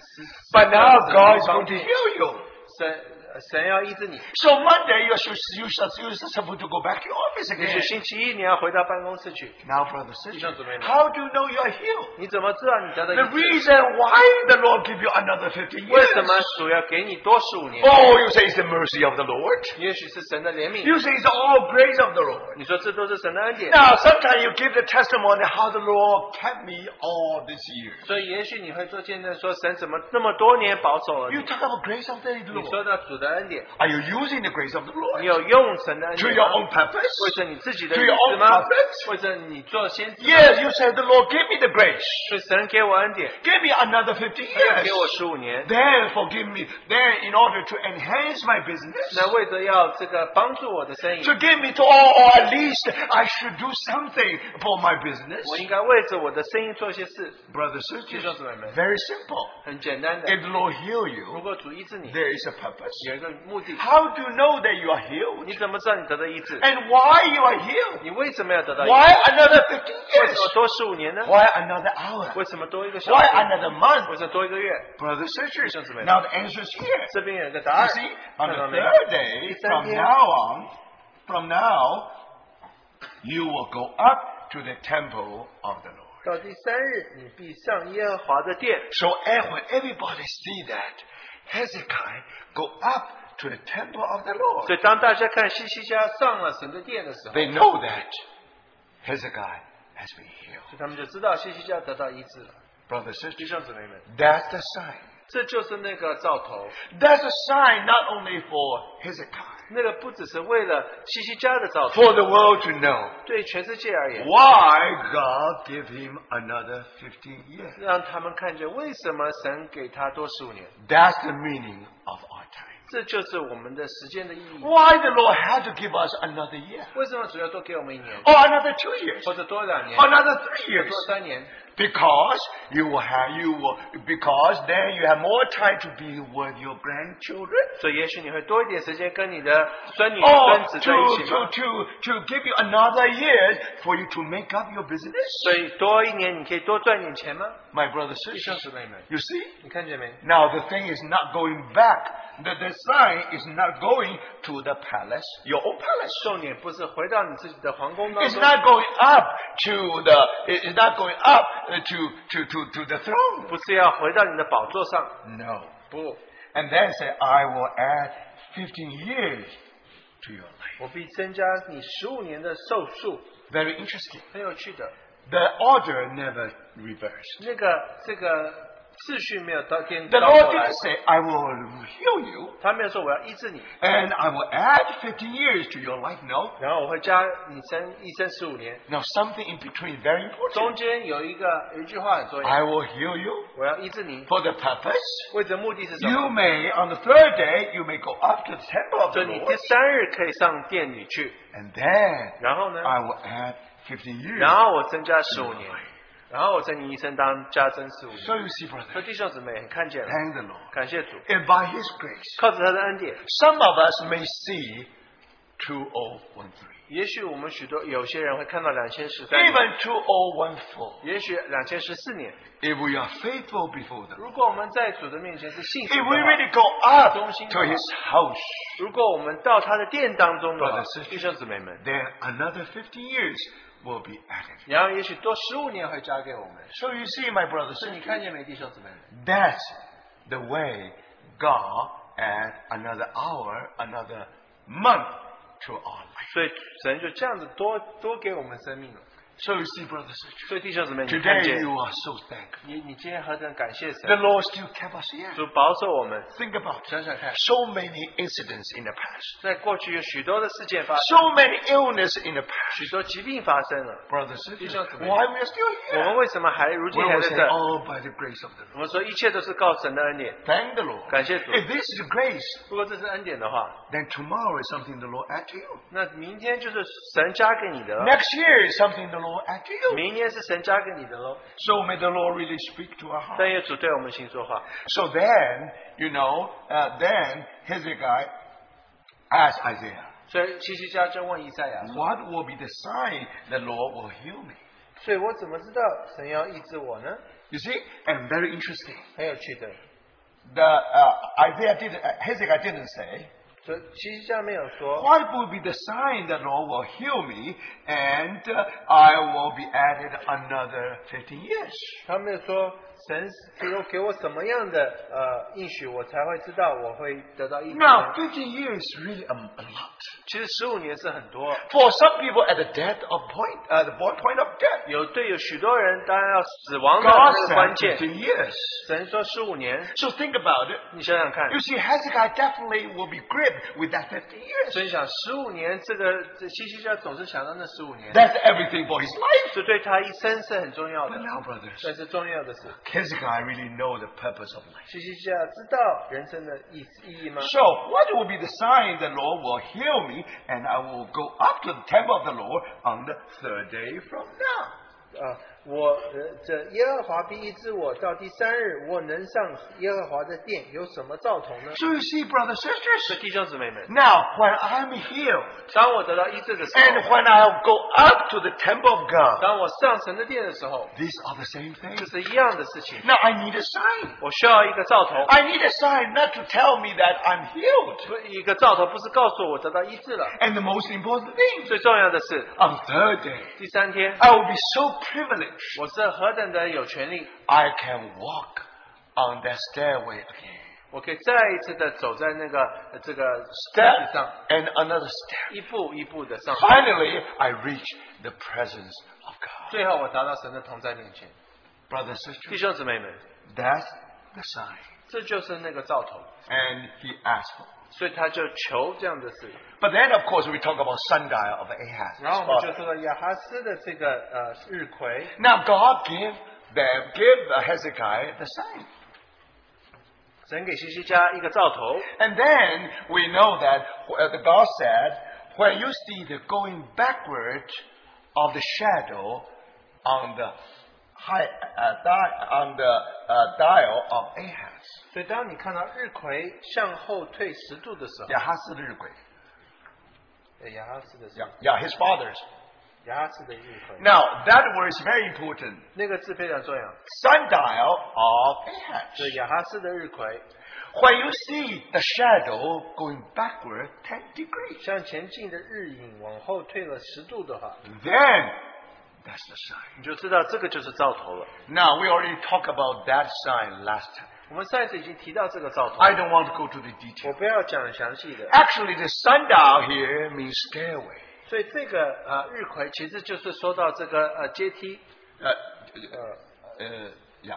Speaker 4: but now God is
Speaker 5: 帮
Speaker 4: going to heal you.
Speaker 5: 神呃神要医治你。
Speaker 4: So Monday, you should, you should, you should supposed to go back to your office
Speaker 5: 也
Speaker 4: again.
Speaker 5: 许星期一你要回到办公室去，
Speaker 4: Now, brother,
Speaker 5: You
Speaker 4: sister,
Speaker 5: don't remember.
Speaker 4: how do you know you are healed?
Speaker 5: 你怎么知道你得到
Speaker 4: The
Speaker 5: 医治？
Speaker 4: reason why the Lord give you another 15
Speaker 5: 为
Speaker 4: years.
Speaker 5: 什么主要给你多十五年？
Speaker 4: Oh, you say it's the mercy of the Lord.
Speaker 5: 也许是神的怜悯。
Speaker 4: You say it's all grace of the Lord.
Speaker 5: 你说这都是神的恩典，
Speaker 4: Now, sometimes you give the testimony how the Lord kept me all this year.
Speaker 5: 所以也许你会做见证说神怎么那么多年保守了
Speaker 4: You
Speaker 5: 你。
Speaker 4: talk about grace of the
Speaker 5: 你
Speaker 4: Lord.
Speaker 5: 说到主的恩典，
Speaker 4: Are you using the grace of the Lord
Speaker 5: 你有用神的恩
Speaker 4: to
Speaker 5: 典
Speaker 4: your
Speaker 5: 吗
Speaker 4: own purpose?
Speaker 5: 为着你自己的
Speaker 4: To
Speaker 5: 意
Speaker 4: your
Speaker 5: 思
Speaker 4: own
Speaker 5: 吗？
Speaker 4: purpose?
Speaker 5: 为着你做先知，
Speaker 4: Yes, you said the Lord gave me the grace.
Speaker 5: 是神给我恩典，
Speaker 4: Give me another 50 years.
Speaker 5: 给我十五年。
Speaker 4: Then forgive me. Then in order to enhance my business,
Speaker 5: 那为着要这个帮助我的生意，
Speaker 4: to give me to all, or at least I should do something for my business.
Speaker 5: 我应该为着我的生意做些事。
Speaker 4: Brothers
Speaker 5: 弟
Speaker 4: sisters,
Speaker 5: 兄姊妹们，
Speaker 4: very simple.
Speaker 5: 很简单的，
Speaker 4: If the Lord heal
Speaker 5: 如
Speaker 4: you,
Speaker 5: 果主医治你，
Speaker 4: there is a purpose.
Speaker 5: 有一个目的，
Speaker 4: How do you know that you are healed?
Speaker 5: 你怎么知道你得到医治？
Speaker 4: And why you are healed?
Speaker 5: 你为什么要得到医治？
Speaker 4: Why another 15
Speaker 5: 为什
Speaker 4: years?
Speaker 5: 么多十五年呢？
Speaker 4: Why another hour?
Speaker 5: 为什么多一个小
Speaker 4: Why
Speaker 5: 时？
Speaker 4: another month?
Speaker 5: 为什么多一个月？
Speaker 4: Brothers sisters,
Speaker 5: 弟兄姊妹们
Speaker 4: now the answer is here.
Speaker 5: 这边有一个答
Speaker 4: You
Speaker 5: 案
Speaker 4: see,，on
Speaker 5: 看
Speaker 4: the
Speaker 5: 到没有？
Speaker 4: third day, from now on, from now, you will go up to the temple of the Lord.
Speaker 5: 到第三日，你必上耶和华的殿。
Speaker 4: So and when everybody see that, Hezekiah go up to the temple of the
Speaker 5: 所
Speaker 4: Lord.
Speaker 5: 以当大家看西西家上了神的殿的时候，
Speaker 4: They know that Hezekiah has been healed.
Speaker 5: 他们就知道西西家得到医治了。
Speaker 4: Brothers and
Speaker 5: 弟
Speaker 4: sisters,
Speaker 5: 兄姊妹们，
Speaker 4: that's the sign.
Speaker 5: 这就是那个兆头，
Speaker 4: That's a sign not only for Hezekiah,
Speaker 5: 那个不只是为了西西家的兆头，
Speaker 4: for the world to know
Speaker 5: 对全世界而言，
Speaker 4: why God gave him another 15 years.
Speaker 5: 让他们看见为什么神给他多十五年，
Speaker 4: That's the meaning of our time.
Speaker 5: 这就是我们的时间的意义。
Speaker 4: Why the Lord had to give us another year,
Speaker 5: 为什么主要多给我们一年，
Speaker 4: or another two years,
Speaker 5: 或者多两年，
Speaker 4: or another three
Speaker 5: 或
Speaker 4: years?
Speaker 5: 者多三年？
Speaker 4: Because you will have you will, because then you have more time to be with your grandchildren.
Speaker 5: 所以也许你会多一点时间跟你的孙女、
Speaker 4: Or
Speaker 5: 孙
Speaker 4: to,
Speaker 5: 子在一起
Speaker 4: to,
Speaker 5: 吗？
Speaker 4: to, to give you another year for you to make up your business.
Speaker 5: 所以多一年你可以多赚点钱吗？
Speaker 4: My brothers
Speaker 5: 弟
Speaker 4: and
Speaker 5: 兄
Speaker 4: sisters,
Speaker 5: 姊妹们，
Speaker 4: you see?
Speaker 5: 你看见没？
Speaker 4: Now the thing is not going back. The, the sign is not going to the palace, your own palace.
Speaker 5: 重点不是回到你自己的皇宫当
Speaker 4: It's
Speaker 5: 中，
Speaker 4: not going up to the, it- it's not going up uh, to, to, to, to the throne.
Speaker 5: 不是要回到你的宝座上，
Speaker 4: No.
Speaker 5: 不，
Speaker 4: And then say, I will add 15 years to your life.
Speaker 5: 我必增加你十五年的寿数，
Speaker 4: Very interesting.
Speaker 5: 很有趣的。
Speaker 4: The order never reversed.
Speaker 5: 那个这个秩序没有到颠
Speaker 4: The
Speaker 5: 倒过
Speaker 4: Lord
Speaker 5: 来
Speaker 4: didn't，say, I will heal you
Speaker 5: 他没有说我要医治你，
Speaker 4: and I will add 15 years to your life. No.
Speaker 5: 然后我会加你生一生十五年，
Speaker 4: Now something in between, very
Speaker 5: 中
Speaker 4: important.
Speaker 5: 间有一个有一句话很重要，
Speaker 4: I will heal you
Speaker 5: 我要医治你，
Speaker 4: for the purpose
Speaker 5: 为的目的是什
Speaker 4: You
Speaker 5: 么？
Speaker 4: may, on the third day, you may go up to the temple of
Speaker 5: 所以
Speaker 4: the
Speaker 5: 你
Speaker 4: Lord,
Speaker 5: 第三日可以上殿里去，
Speaker 4: and then
Speaker 5: 然后呢？
Speaker 4: I will add 15 years.
Speaker 5: 然后我增加十五年，然后我在你一生当加增十五年。
Speaker 4: So you see,
Speaker 5: 所
Speaker 4: brother,
Speaker 5: 以弟兄姊妹看见了，
Speaker 4: thank the Lord.
Speaker 5: 感谢主，
Speaker 4: And by His grace,
Speaker 5: 靠着他的恩典，
Speaker 4: some of us may see 2013,
Speaker 5: 也许我们许多有些人会看到两千十三年，
Speaker 4: even 2014,
Speaker 5: 也许两千十四年。
Speaker 4: if we are faithful before the Lord.
Speaker 5: 如果我们在主的面前是信服
Speaker 4: If
Speaker 5: 的
Speaker 4: we
Speaker 5: 话，
Speaker 4: really go up to His house,
Speaker 5: 如果我们到他的殿当中的话
Speaker 4: Brothers and，sisters
Speaker 5: 弟兄姊妹们，
Speaker 4: then another 15 years will be added.
Speaker 5: 然后也许多十五年会加给我们。
Speaker 4: So you see, my brothers
Speaker 5: 所以
Speaker 4: and
Speaker 5: 你
Speaker 4: sisters,
Speaker 5: 看见没，弟兄姊妹们？
Speaker 4: That's the way God add another hour, another month to our life.
Speaker 5: 所以神就这样子多多给我们生命了。
Speaker 4: So you see, brothers, and
Speaker 5: 所以弟兄姊妹，
Speaker 4: sisters,
Speaker 5: 你看
Speaker 4: today
Speaker 5: 见，
Speaker 4: you are so thankful.
Speaker 5: 你你今天何等感谢
Speaker 4: The
Speaker 5: 神，
Speaker 4: Lord still kept us here.
Speaker 5: 主保守我们。
Speaker 4: Think about
Speaker 5: 想
Speaker 4: it.
Speaker 5: 想看，
Speaker 4: So many incidents in the past.
Speaker 5: 在过去有许多的事件发生，
Speaker 4: So many illness in the past.
Speaker 5: 许多疾病发生了。
Speaker 4: Brothers, and sisters,
Speaker 5: Because-
Speaker 4: why we are still
Speaker 5: 我
Speaker 4: here?
Speaker 5: 们为什么还如
Speaker 4: We
Speaker 5: 今还
Speaker 4: will
Speaker 5: 在
Speaker 4: say,
Speaker 5: 这？
Speaker 4: oh, by the grace of the Lord.
Speaker 5: 我们说一切都是靠神的恩典，
Speaker 4: Thank the Lord.
Speaker 5: 感谢主。
Speaker 4: If this is grace,
Speaker 5: 如果这是恩典的话，
Speaker 4: then tomorrow is something the Lord add to you.
Speaker 5: 那明天就是神加给你的了，
Speaker 4: Next year is something the Lord add to you.
Speaker 5: 明年是神加给你的喽。
Speaker 4: So may the Lord really speak to our heart.
Speaker 5: 但愿主对我们心说话。
Speaker 4: So then, you know, uh, then Hezekiah asked Isaiah,
Speaker 5: 所以西西家就问以赛亚说
Speaker 4: What will be the sign the Lord will heal me?：“
Speaker 5: 所以我怎么知道神要医治我呢
Speaker 4: You see? And very interesting. ？”
Speaker 5: 很有趣的，
Speaker 4: The, uh, Isaiah didn't, uh, Hezekiah didn't say,
Speaker 5: 所以西西家没有说
Speaker 4: What will be the sign the Lord will heal me and uh, I will be added another 15 years?
Speaker 5: 他没有说神给我给我什么样的呃应许，我才会知道我会得到医治呢。
Speaker 4: Now, 15 years is really a, a lot.
Speaker 5: 其实十五年是很多，
Speaker 4: For some people at the death of point, uh, the point of death,
Speaker 5: 有对有许多人当然要死亡的
Speaker 4: God
Speaker 5: 那个关键
Speaker 4: said。15 years.
Speaker 5: 神说十五年，
Speaker 4: So think about it.
Speaker 5: 你想想看
Speaker 4: You，see, Hezekiah definitely will be gripped with that 50 years.
Speaker 5: 所以想十五年这个这西西家总是想到那十五年，
Speaker 4: That's everything for his life.
Speaker 5: 这对他一生是很重要
Speaker 4: But
Speaker 5: 的。
Speaker 4: now, brothers,
Speaker 5: 但是重要的是，
Speaker 4: Hezekiah really know the purpose of life.
Speaker 5: 西西家啊知道人生的意意义吗？
Speaker 4: So, what will be the sign the Lord will heal me and I will go up to the temple of the Lord on the third day from now?
Speaker 5: 啊，我呃这耶和华必医治我，到第三日我能上耶和华的殿，有什么兆头呢？
Speaker 4: So you see, brothers,
Speaker 5: 所
Speaker 4: sisters,
Speaker 5: 以弟兄姊妹们，
Speaker 4: now when I'm healed
Speaker 5: 当我得到医治的时
Speaker 4: and
Speaker 5: 候，
Speaker 4: when I go up to the temple of God,
Speaker 5: 当我上神的殿的时候，
Speaker 4: these are the same
Speaker 5: 这
Speaker 4: things.
Speaker 5: 是一样的事情。
Speaker 4: Now I need a sign.
Speaker 5: 我需要一个兆头，
Speaker 4: I need a sign not to tell me that I'm healed.
Speaker 5: 不一个兆头不是告诉我得到医治了，
Speaker 4: And the most important thing,
Speaker 5: 最重要的是
Speaker 4: on third day,
Speaker 5: 第三天。
Speaker 4: I will be so privileged
Speaker 5: 我是何等的有权利，
Speaker 4: I can walk on that stairway again.
Speaker 5: 我可以再一次的走在那个呃这个阶梯
Speaker 4: Step
Speaker 5: 上，
Speaker 4: and another step.
Speaker 5: 一步一步的上，
Speaker 4: Finally, I reach the presence of God.
Speaker 5: 最后我达到神的同在面前。
Speaker 4: Brothers and
Speaker 5: 弟
Speaker 4: sisters,
Speaker 5: 兄姊妹们，
Speaker 4: that's the sign.
Speaker 5: 这就是那个兆头，
Speaker 4: And he asked for.
Speaker 5: 所以他就求这样的事。
Speaker 4: But then, of course, we talk about sundial of Ahaz.
Speaker 5: 然后我们就说了，
Speaker 6: 亚哈斯的这个呃日葵，
Speaker 4: Now God gave them, gave Hezekiah the sign.
Speaker 5: 神给西西家一个兆头，
Speaker 4: And then we know that uh, the God said, when you see the going backward of the shadow on the high, uh, di- on the uh, dial of Ahaz,
Speaker 6: 所以当你看到日葵向后退十度的时候，
Speaker 4: Yahaz the earthquake.
Speaker 6: 呃亚哈斯的是
Speaker 4: yeah, yeah, his fathers.
Speaker 6: 亚哈斯的日葵，
Speaker 4: Now that word is very important.
Speaker 6: 那个字非常重要，
Speaker 4: Sundial of Ahaz.
Speaker 6: 就是亚哈斯的日葵
Speaker 4: When you see the shadow going backward ten degrees,
Speaker 6: 向前进的日影往后退了十度的话，
Speaker 4: then that's the sign.
Speaker 5: 你就知道这个就是兆头了。
Speaker 4: Now we already talked about that sign last time.
Speaker 5: 我们上一次已经提到这个兆头，
Speaker 4: I don't want to go to the
Speaker 6: 我
Speaker 4: detail.
Speaker 6: 不要讲详细的。
Speaker 4: Actually, the sundial here means stairway.
Speaker 5: 所以这个呃日葵其实就是说到这个呃阶梯，
Speaker 4: Uh, uh, uh, yeah.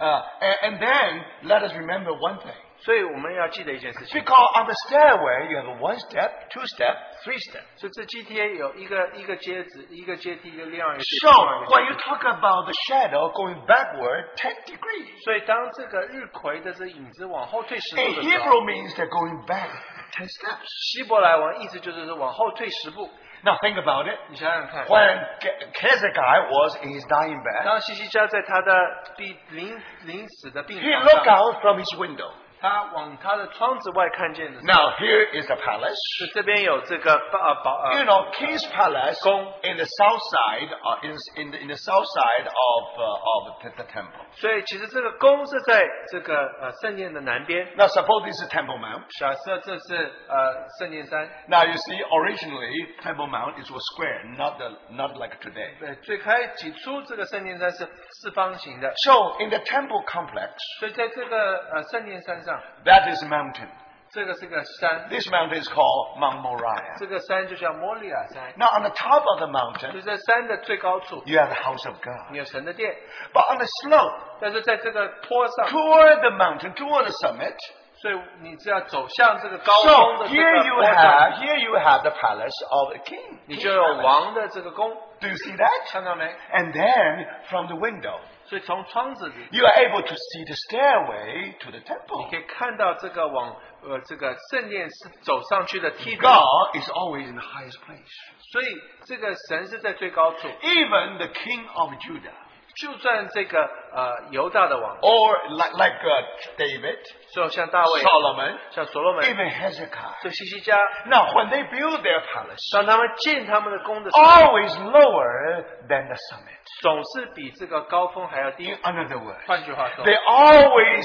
Speaker 4: Uh, and, and then let us remember one thing.
Speaker 5: 所以我们要记得一件事情，
Speaker 4: Because on the stairway, you have one step, two step, three step.
Speaker 5: 所以这阶梯有一个一个阶子，一个阶梯，一个另外一个阶
Speaker 4: So
Speaker 5: 梯。另外一个阶梯
Speaker 4: when you talk about the shadow going backward 10 degrees,
Speaker 5: 所以当这个日葵的这影子往后退十步
Speaker 4: in
Speaker 5: 的时候，
Speaker 4: Hebrew means they're going back 10 steps.
Speaker 5: 希伯来文意思就是说往后退十步。
Speaker 4: Now think about it.
Speaker 5: 你想想看，
Speaker 4: When Ke- Hezekiah was in his dying bed,
Speaker 5: 当西西家在他的病临临死的病
Speaker 4: he
Speaker 5: 床
Speaker 4: looked
Speaker 5: 上，
Speaker 4: out from his window.
Speaker 5: 他往他的窗子外看见的时候，
Speaker 4: Now here is the palace.
Speaker 5: 是这边有这个宝宝
Speaker 4: You
Speaker 5: 呃
Speaker 4: know, King's Palace
Speaker 5: Gong.
Speaker 4: in the south side, uh, in, in, the, in the south side of, uh, of the, the temple.
Speaker 5: 所以其实这个宫是在这个呃圣殿的南边。
Speaker 4: Now suppose this is Temple Mount.
Speaker 5: 假设这是呃圣殿山，
Speaker 4: Now you see, originally Temple Mount is a square, not the, not like today.
Speaker 5: 呃最开起初这个圣殿山是四方形的，
Speaker 4: So in the temple complex,
Speaker 5: 所以在这个呃圣殿山上，
Speaker 4: that is a mountain.
Speaker 5: 这个是个山，
Speaker 4: This mountain is called Mount Moriah.
Speaker 5: 这个山就叫摩利亚山，
Speaker 4: Now on the top of the
Speaker 5: 就
Speaker 4: mountain,
Speaker 5: 在山的最高处，
Speaker 4: you have the house of God.
Speaker 5: 你有神的殿，
Speaker 4: But on the slope,
Speaker 5: 但是在这个坡上，
Speaker 4: toward the mountain, toward the summit,
Speaker 5: 所以你只要走向这个高峰
Speaker 4: so
Speaker 5: 的这
Speaker 4: here
Speaker 5: 个
Speaker 4: you
Speaker 5: 坡上，
Speaker 4: have here you have the palace of the king.
Speaker 5: 你
Speaker 4: King's
Speaker 5: 就有
Speaker 4: palace.
Speaker 5: 王的这个宫，
Speaker 4: Do you see that?
Speaker 5: 看到没？
Speaker 4: And then from the window,
Speaker 5: 所以从窗子里
Speaker 4: you are able to see the stairway to the
Speaker 5: 你
Speaker 4: temple.
Speaker 5: 可以看到这个往呃这个圣殿是走上去的梯度，
Speaker 4: God is always in the highest place.
Speaker 5: 所以这个神是在最高处。
Speaker 4: Even the king of Judah,
Speaker 5: 就算这个呃犹大的王，
Speaker 4: or like, like uh, David,
Speaker 5: 就像大卫、
Speaker 4: Solomon,
Speaker 5: 像所罗门，
Speaker 4: even Hezekiah.
Speaker 5: 这西西家，
Speaker 4: Now, when they build their palace,
Speaker 5: 当他们建他们的宫的时候，
Speaker 4: always lower than the summit.
Speaker 5: 总是比这个高峰还要低
Speaker 4: In。another word,
Speaker 5: 换句话说，
Speaker 4: they always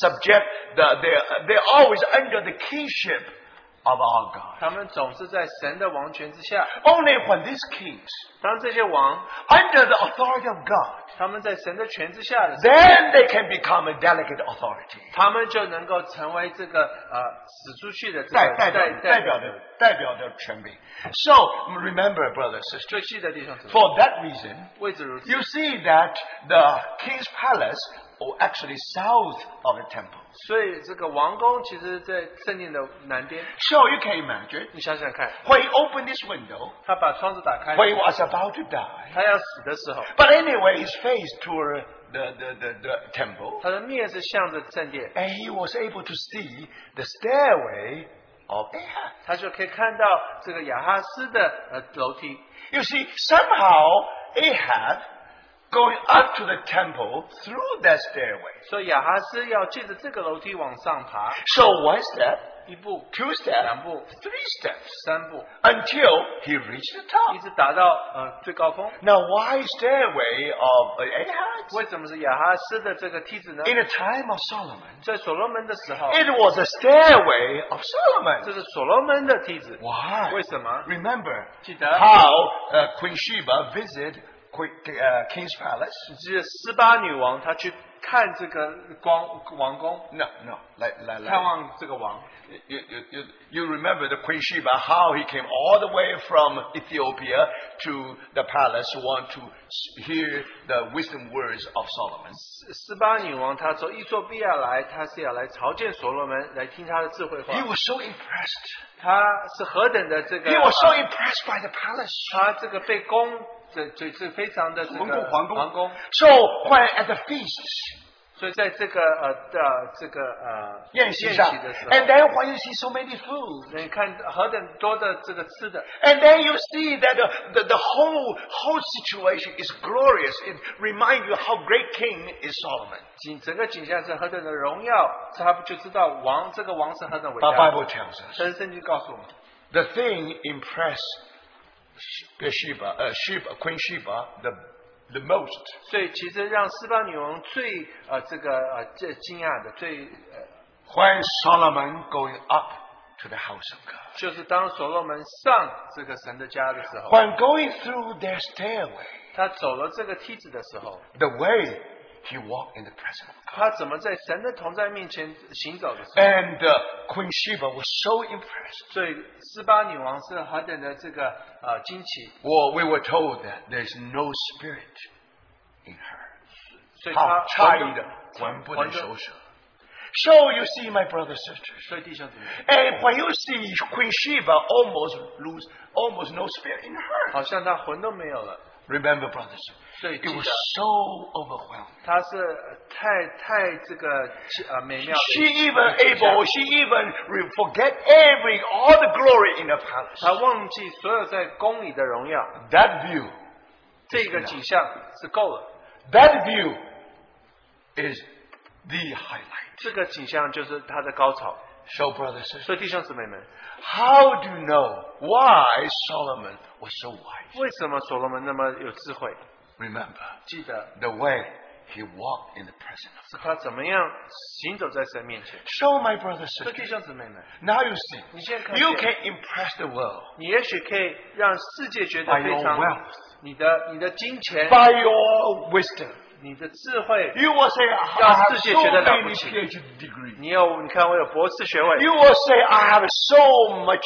Speaker 4: subject the they they always under the kingship of our God.
Speaker 5: 他们总是在神的王权之下。
Speaker 4: Only when these kings,
Speaker 5: 当这些王
Speaker 4: under the authority of God,
Speaker 5: 他们在神的权之下的时候，
Speaker 4: then they can become a delegate authority.
Speaker 5: 他们就能够成为这个呃使出去的这
Speaker 4: 代
Speaker 5: 个
Speaker 4: 代表代表的代表的权柄。So remember, brother sister,
Speaker 5: 最细的弟兄姊妹。
Speaker 4: for that reason,
Speaker 5: 为此如此，
Speaker 4: you see that the king's palace, or actually south of the temple.
Speaker 5: 所以这个王宫其实，在圣殿的南边。
Speaker 4: So you can imagine
Speaker 5: 你想想看，
Speaker 4: when he opened this window,
Speaker 5: 他把窗子打开，
Speaker 4: when he was about to die.
Speaker 5: 他要死的时候，
Speaker 4: But anyway, his face toward the, the, the, the temple,
Speaker 5: 他的面是向着圣殿，
Speaker 4: and he was able to see the stairway of Ahab.
Speaker 5: 他就可以看到这个亚哈斯的呃楼梯。
Speaker 4: You see, somehow Ahab going up to the temple through that stairway.
Speaker 5: 所以亚哈斯要借着这个楼梯往上爬，
Speaker 4: So one step,
Speaker 5: 一步、
Speaker 4: two
Speaker 5: 两
Speaker 4: steps,
Speaker 5: 步、
Speaker 4: three steps,
Speaker 5: 三步，
Speaker 4: until he reached the
Speaker 5: 一
Speaker 4: top.
Speaker 5: 直达到呃最高峰。
Speaker 4: Now, why stairway of Ahaz?
Speaker 5: 为什么是亚哈斯的这个梯子呢？
Speaker 4: In the time of Solomon,
Speaker 5: 在所罗门的时候，
Speaker 4: it was the stairway of
Speaker 5: 这
Speaker 4: Solomon.
Speaker 5: 是所罗门的梯子。
Speaker 4: Why?
Speaker 5: 为什么？
Speaker 4: Remember
Speaker 5: 记得
Speaker 4: how uh, Queen Sheba visited quick, uh, king's palace.
Speaker 5: 这斯巴女王她去看这个光王宫，
Speaker 4: No, no. Like, like,
Speaker 5: 看
Speaker 4: like
Speaker 5: 望这个王。
Speaker 4: you, you, you, you remember the Queen Sheba, how he came all the way from Ethiopia to the palace, want to s- hear the wisdom words of Solomon.
Speaker 5: 斯巴女王她从伊索比亚来，她是要来朝见所罗门，来听他的智慧话
Speaker 4: He。was so impressed.
Speaker 5: 她是何等的这个啊
Speaker 4: He，was so impressed by the palace.
Speaker 5: 她这个被宫，这这是非常的这个
Speaker 4: 皇宫皇宫
Speaker 5: 皇宫。
Speaker 4: So when at the feast,
Speaker 5: 所以在这个呃的这个呃
Speaker 4: 宴席上
Speaker 5: 的时候，
Speaker 4: ，and then when you see so many food,
Speaker 5: 你看何等多的这个吃的，
Speaker 4: and then you see that the, the, the whole whole situation is glorious. It reminds you how great king is Solomon.
Speaker 5: 景整个景象是何等的荣耀，这还不就知道王这个王是何等伟
Speaker 4: The
Speaker 5: 大。
Speaker 4: Bible tells us
Speaker 5: 但是圣经告诉我们，
Speaker 4: the thing impressed Sheba, uh, Sheba, Queen Sheba, the the most
Speaker 5: 所以其实让斯巴女王最呃这个呃最惊讶的最呃
Speaker 4: when Solomon going up to the house of God.
Speaker 5: 就是当所罗门上这个神的家的时候，
Speaker 4: When going through their stairway,
Speaker 5: 他走了这个梯子的时候，
Speaker 4: the way he walked in the presence of God.
Speaker 5: 他怎么在神的同在面前行走的时候？
Speaker 4: And uh, Queen Sheba was so impressed.
Speaker 5: 所以斯巴女王是何等的这个呃惊奇，
Speaker 4: Well, we were told that there's no spirit in her.
Speaker 5: 所以她
Speaker 4: How
Speaker 5: 怀
Speaker 4: child
Speaker 5: 着
Speaker 4: one So you see, my brothers and sisters,
Speaker 5: 所以弟兄姊妹，
Speaker 4: and when you see Queen Sheba almost lose, almost no spirit in her.
Speaker 5: 好像她魂都没有了，
Speaker 4: Remember, brothers,
Speaker 5: 所以
Speaker 4: it
Speaker 5: 记得
Speaker 4: was so overwhelming.
Speaker 5: 她是呃太太这个奇呃美妙的
Speaker 4: She
Speaker 5: 一个
Speaker 4: even
Speaker 5: 景象
Speaker 4: able, she even re- forget every, all the glory in the
Speaker 5: 她
Speaker 4: palace.
Speaker 5: 忘记所有在宫里的荣耀，
Speaker 4: That view,
Speaker 5: 这个景象是够了。
Speaker 4: that view is the highlight.
Speaker 5: 这个景象就是她的高潮，
Speaker 4: So, brothers and sisters,
Speaker 5: 所以弟兄姊妹们，
Speaker 4: how do you know why Solomon was so wise?
Speaker 5: 为什么所罗门那么有智慧？
Speaker 4: Remember,
Speaker 5: 记得
Speaker 4: the way he walked in the presence of God.
Speaker 5: 是他怎么样行走在神面前。
Speaker 4: So, my brothers
Speaker 5: 这
Speaker 4: and
Speaker 5: 弟
Speaker 4: sisters,
Speaker 5: 兄姊妹们，
Speaker 4: now you see,
Speaker 5: 你现在看
Speaker 4: you
Speaker 5: 见，
Speaker 4: can impress the world
Speaker 5: 你也许可以让世界觉得
Speaker 4: by
Speaker 5: 非
Speaker 4: your
Speaker 5: 常
Speaker 4: wealth,
Speaker 5: 你的你的金钱、
Speaker 4: by your wisdom.
Speaker 5: 你的智慧，
Speaker 4: You will say,
Speaker 5: Now,
Speaker 4: I have
Speaker 5: 世界
Speaker 4: so
Speaker 5: 觉得了
Speaker 4: many
Speaker 5: 不起。
Speaker 4: PhD degrees.
Speaker 5: 你有你看我有博士学位，
Speaker 4: You will say, I have so much,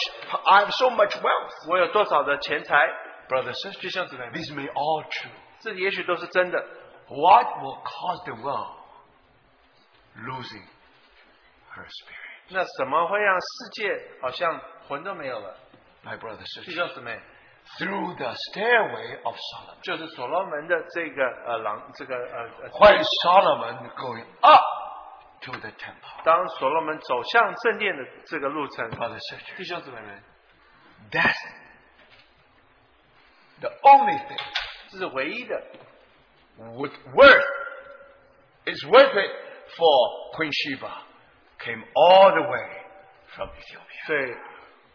Speaker 4: I have so much wealth.
Speaker 5: 我有多少的钱财，
Speaker 4: Brothers and
Speaker 5: 弟
Speaker 4: sisters,
Speaker 5: 兄姊妹们，
Speaker 4: these may all true.
Speaker 5: 这也许都是真的。
Speaker 4: What will cause the world losing her spirit?
Speaker 5: 那什么会让世界好像魂都没有了？
Speaker 4: My brothers and
Speaker 5: 弟
Speaker 4: sisters,
Speaker 5: 兄姊妹，
Speaker 4: through the stairway of Solomon.
Speaker 5: 就是所罗门的这个呃狼这个呃哦呃，
Speaker 4: When Solomon going up to the temple,
Speaker 5: 当所罗门走向圣殿的这个路程，
Speaker 4: brothers and sisters,
Speaker 5: 弟兄姊妹们，
Speaker 4: that's the only thing
Speaker 5: 这是唯一的
Speaker 4: with worth. It's worth it for Queen Sheba came all the way from Ethiopia.
Speaker 5: 对，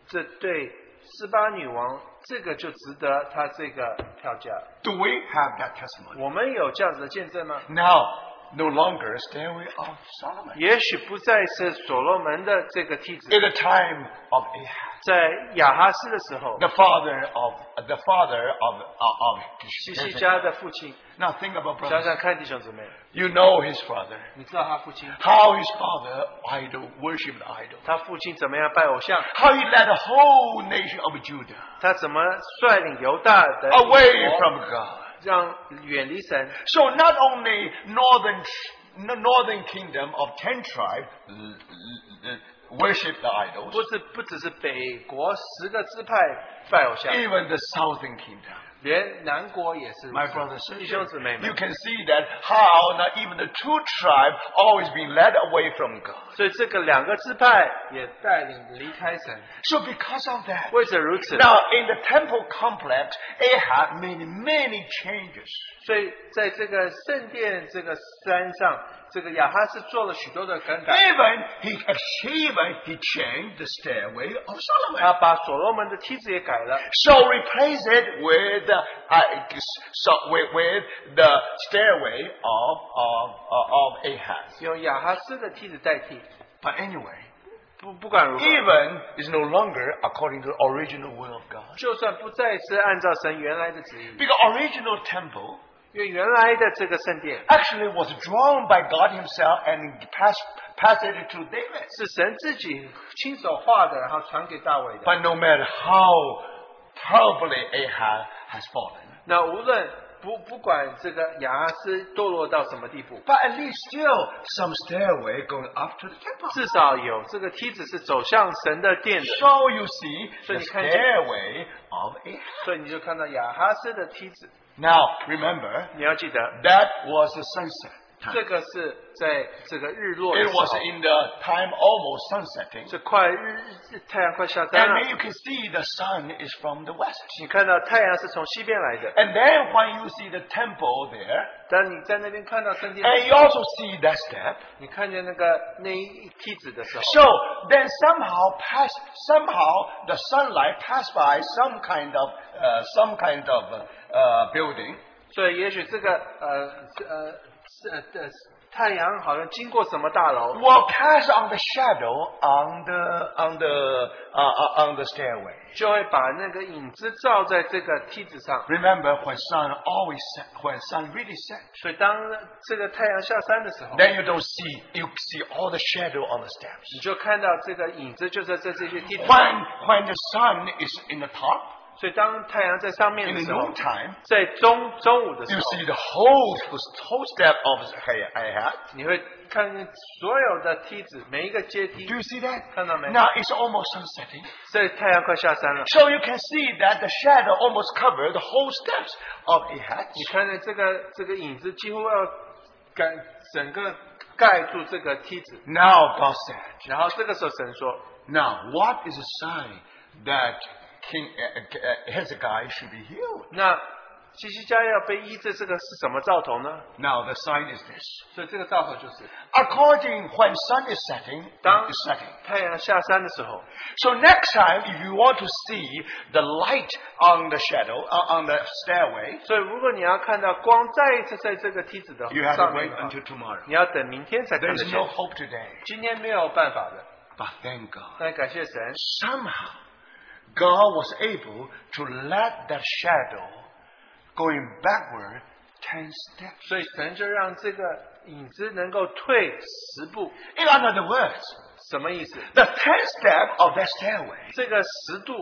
Speaker 5: 这对斯巴女王这个就值得她这个票价。
Speaker 4: Do we have that testimony?
Speaker 5: 我们有这样子的见证吗？
Speaker 4: Now, no longer stairway of Solomon.
Speaker 5: 也许不再是所罗门的这个梯子，
Speaker 4: In the time of Ahab,
Speaker 5: 在亚哈斯的时候，
Speaker 4: the father of the father of uh, of, of
Speaker 5: 西西家的父亲，
Speaker 4: Now think about
Speaker 5: 想
Speaker 4: brothers.
Speaker 5: 想看，弟兄姊妹，
Speaker 4: You know his father.
Speaker 5: 你知道他父亲，
Speaker 4: How his father idol worshipped idol.
Speaker 5: 他父亲怎么样拜偶像，
Speaker 4: How he led the whole nation of Judah
Speaker 5: 他怎么率领犹大的
Speaker 4: away
Speaker 5: 一国
Speaker 4: from God.
Speaker 5: 让远离神，
Speaker 4: So not only northern n- northern kingdom of ten tribes l- l- l- worshipped the
Speaker 5: 不
Speaker 4: idols.
Speaker 5: 是不只是北国十个支派拜偶像，
Speaker 4: Even the southern kingdom.
Speaker 5: 连南国也是如
Speaker 4: My
Speaker 5: 此
Speaker 4: brothers
Speaker 5: 弟兄姊妹
Speaker 4: you
Speaker 5: 们。
Speaker 4: can see that how not even the two tribes always being led away from God.
Speaker 5: 所以这个两个支派也带领离开神。
Speaker 4: So because of that,
Speaker 5: 为此如此，
Speaker 4: Now, in the temple complex, Ahab made many changes.
Speaker 5: 所以在这个圣殿这个山上，这个亚哈是做了许多的更改，
Speaker 4: Even he, even he changed the stairway of
Speaker 5: 他
Speaker 4: Solomon.
Speaker 5: 把所罗门的梯子也改了，
Speaker 4: So replace it with, uh, uh, so with, with the stairway of, of, of Ahab.
Speaker 5: 用亚哈斯的梯子代替。
Speaker 4: But anyway,
Speaker 5: 不不管如何，
Speaker 4: even is no longer according to the original will of God.
Speaker 5: 就算不再是按照神原来的旨意，
Speaker 4: Because original temple
Speaker 5: 因为原来的这个圣殿
Speaker 4: actually was drawn by God Himself and passed, passed it to David.
Speaker 5: 是神自己，
Speaker 6: 亲手画的，然后传给大卫的。
Speaker 4: But no matter how terribly Ahab has fallen,
Speaker 5: 那无论不不管这个亚哈斯堕落到什么地步，
Speaker 4: but at least still some stairway going up to the temple.
Speaker 5: 至少有这个梯子是走向神的殿的，
Speaker 4: So you see the
Speaker 5: 所以你看见-
Speaker 4: stairway of Ahab.
Speaker 5: 所以你就看到亚哈斯的梯子。
Speaker 4: Now remember,
Speaker 5: 你要记得，
Speaker 4: that was the sunset. time.
Speaker 5: 这个是在这个日落的
Speaker 4: It
Speaker 5: 时
Speaker 4: was
Speaker 5: 候，
Speaker 4: in the time almost sunsetting.
Speaker 5: 是快日日太阳快下山
Speaker 4: And then
Speaker 5: 了，
Speaker 4: you can see the sun is from the west.
Speaker 5: 你看到太阳是从西边来的。
Speaker 4: And then when you see the temple there,
Speaker 5: 当你在那边看到圣殿，
Speaker 4: and you also see that step.
Speaker 5: 你看见那个那一梯子的时候，
Speaker 4: So then somehow pass somehow the sunlight passed by some kind of uh, some kind of uh, uh, building,
Speaker 5: 所以也许这个呃呃是呃呃太阳好像经过什么大楼，
Speaker 4: will cast on the shadow on the on the uh, uh, on the stairway.
Speaker 5: 就会把那个影子照在这个梯子上。
Speaker 4: Remember when sun always set, when sun really set,
Speaker 5: 所以当这个太阳下山的时候，
Speaker 4: then you don't see you see all the shadow on the steps.
Speaker 5: 你就看到这个影子就在这这些梯子。
Speaker 4: When when the sun is in the top
Speaker 5: 所以当太阳在上面
Speaker 4: in
Speaker 5: 的
Speaker 4: the
Speaker 5: 时候
Speaker 4: noon，time,
Speaker 5: 在中中午的时
Speaker 4: you
Speaker 5: 候，
Speaker 4: see the whole whole step of Ahab.
Speaker 5: 你会看见所有的梯子，每一个阶梯
Speaker 4: Do，you see that?
Speaker 5: 看到没？
Speaker 4: Now it's almost sunsetting.
Speaker 5: 所以太阳快下山了。
Speaker 4: So you can see that the shadow almost covered the whole steps of Ahaz.
Speaker 5: 你看见这个这个影子几乎要盖整个盖住这个梯子，
Speaker 4: Now God said,
Speaker 5: 然后这个时候神说，
Speaker 4: Now what is a sign that King uh, uh, Hezekiah should be healed?
Speaker 5: 那西西家要被医治，这个是什么兆头呢？
Speaker 4: Now the sign is this.
Speaker 5: 所以这个兆头就是，
Speaker 4: According when sun is setting,
Speaker 5: Down.
Speaker 4: is setting.
Speaker 5: 太阳下山的时候，
Speaker 4: So next time, if you want to see the light on the shadow uh, on the stairway,
Speaker 5: 所以如果你要看到光再一次在这个梯子的
Speaker 4: you have
Speaker 5: 上
Speaker 4: to
Speaker 5: 面
Speaker 4: wait
Speaker 5: 的话，
Speaker 4: until tomorrow.
Speaker 5: 你要等明天才
Speaker 4: There
Speaker 5: 看
Speaker 4: is
Speaker 5: 得见
Speaker 4: no。hope today.
Speaker 5: 今天没有办法的，
Speaker 4: But thank God.
Speaker 5: 那感谢神，
Speaker 4: somehow God was able to let that shadow going backward ten steps.
Speaker 5: 所以神就让这个影子能够退十步，
Speaker 4: In other words,
Speaker 5: 什么意思？
Speaker 4: the ten step of that stairway
Speaker 5: 这个十度，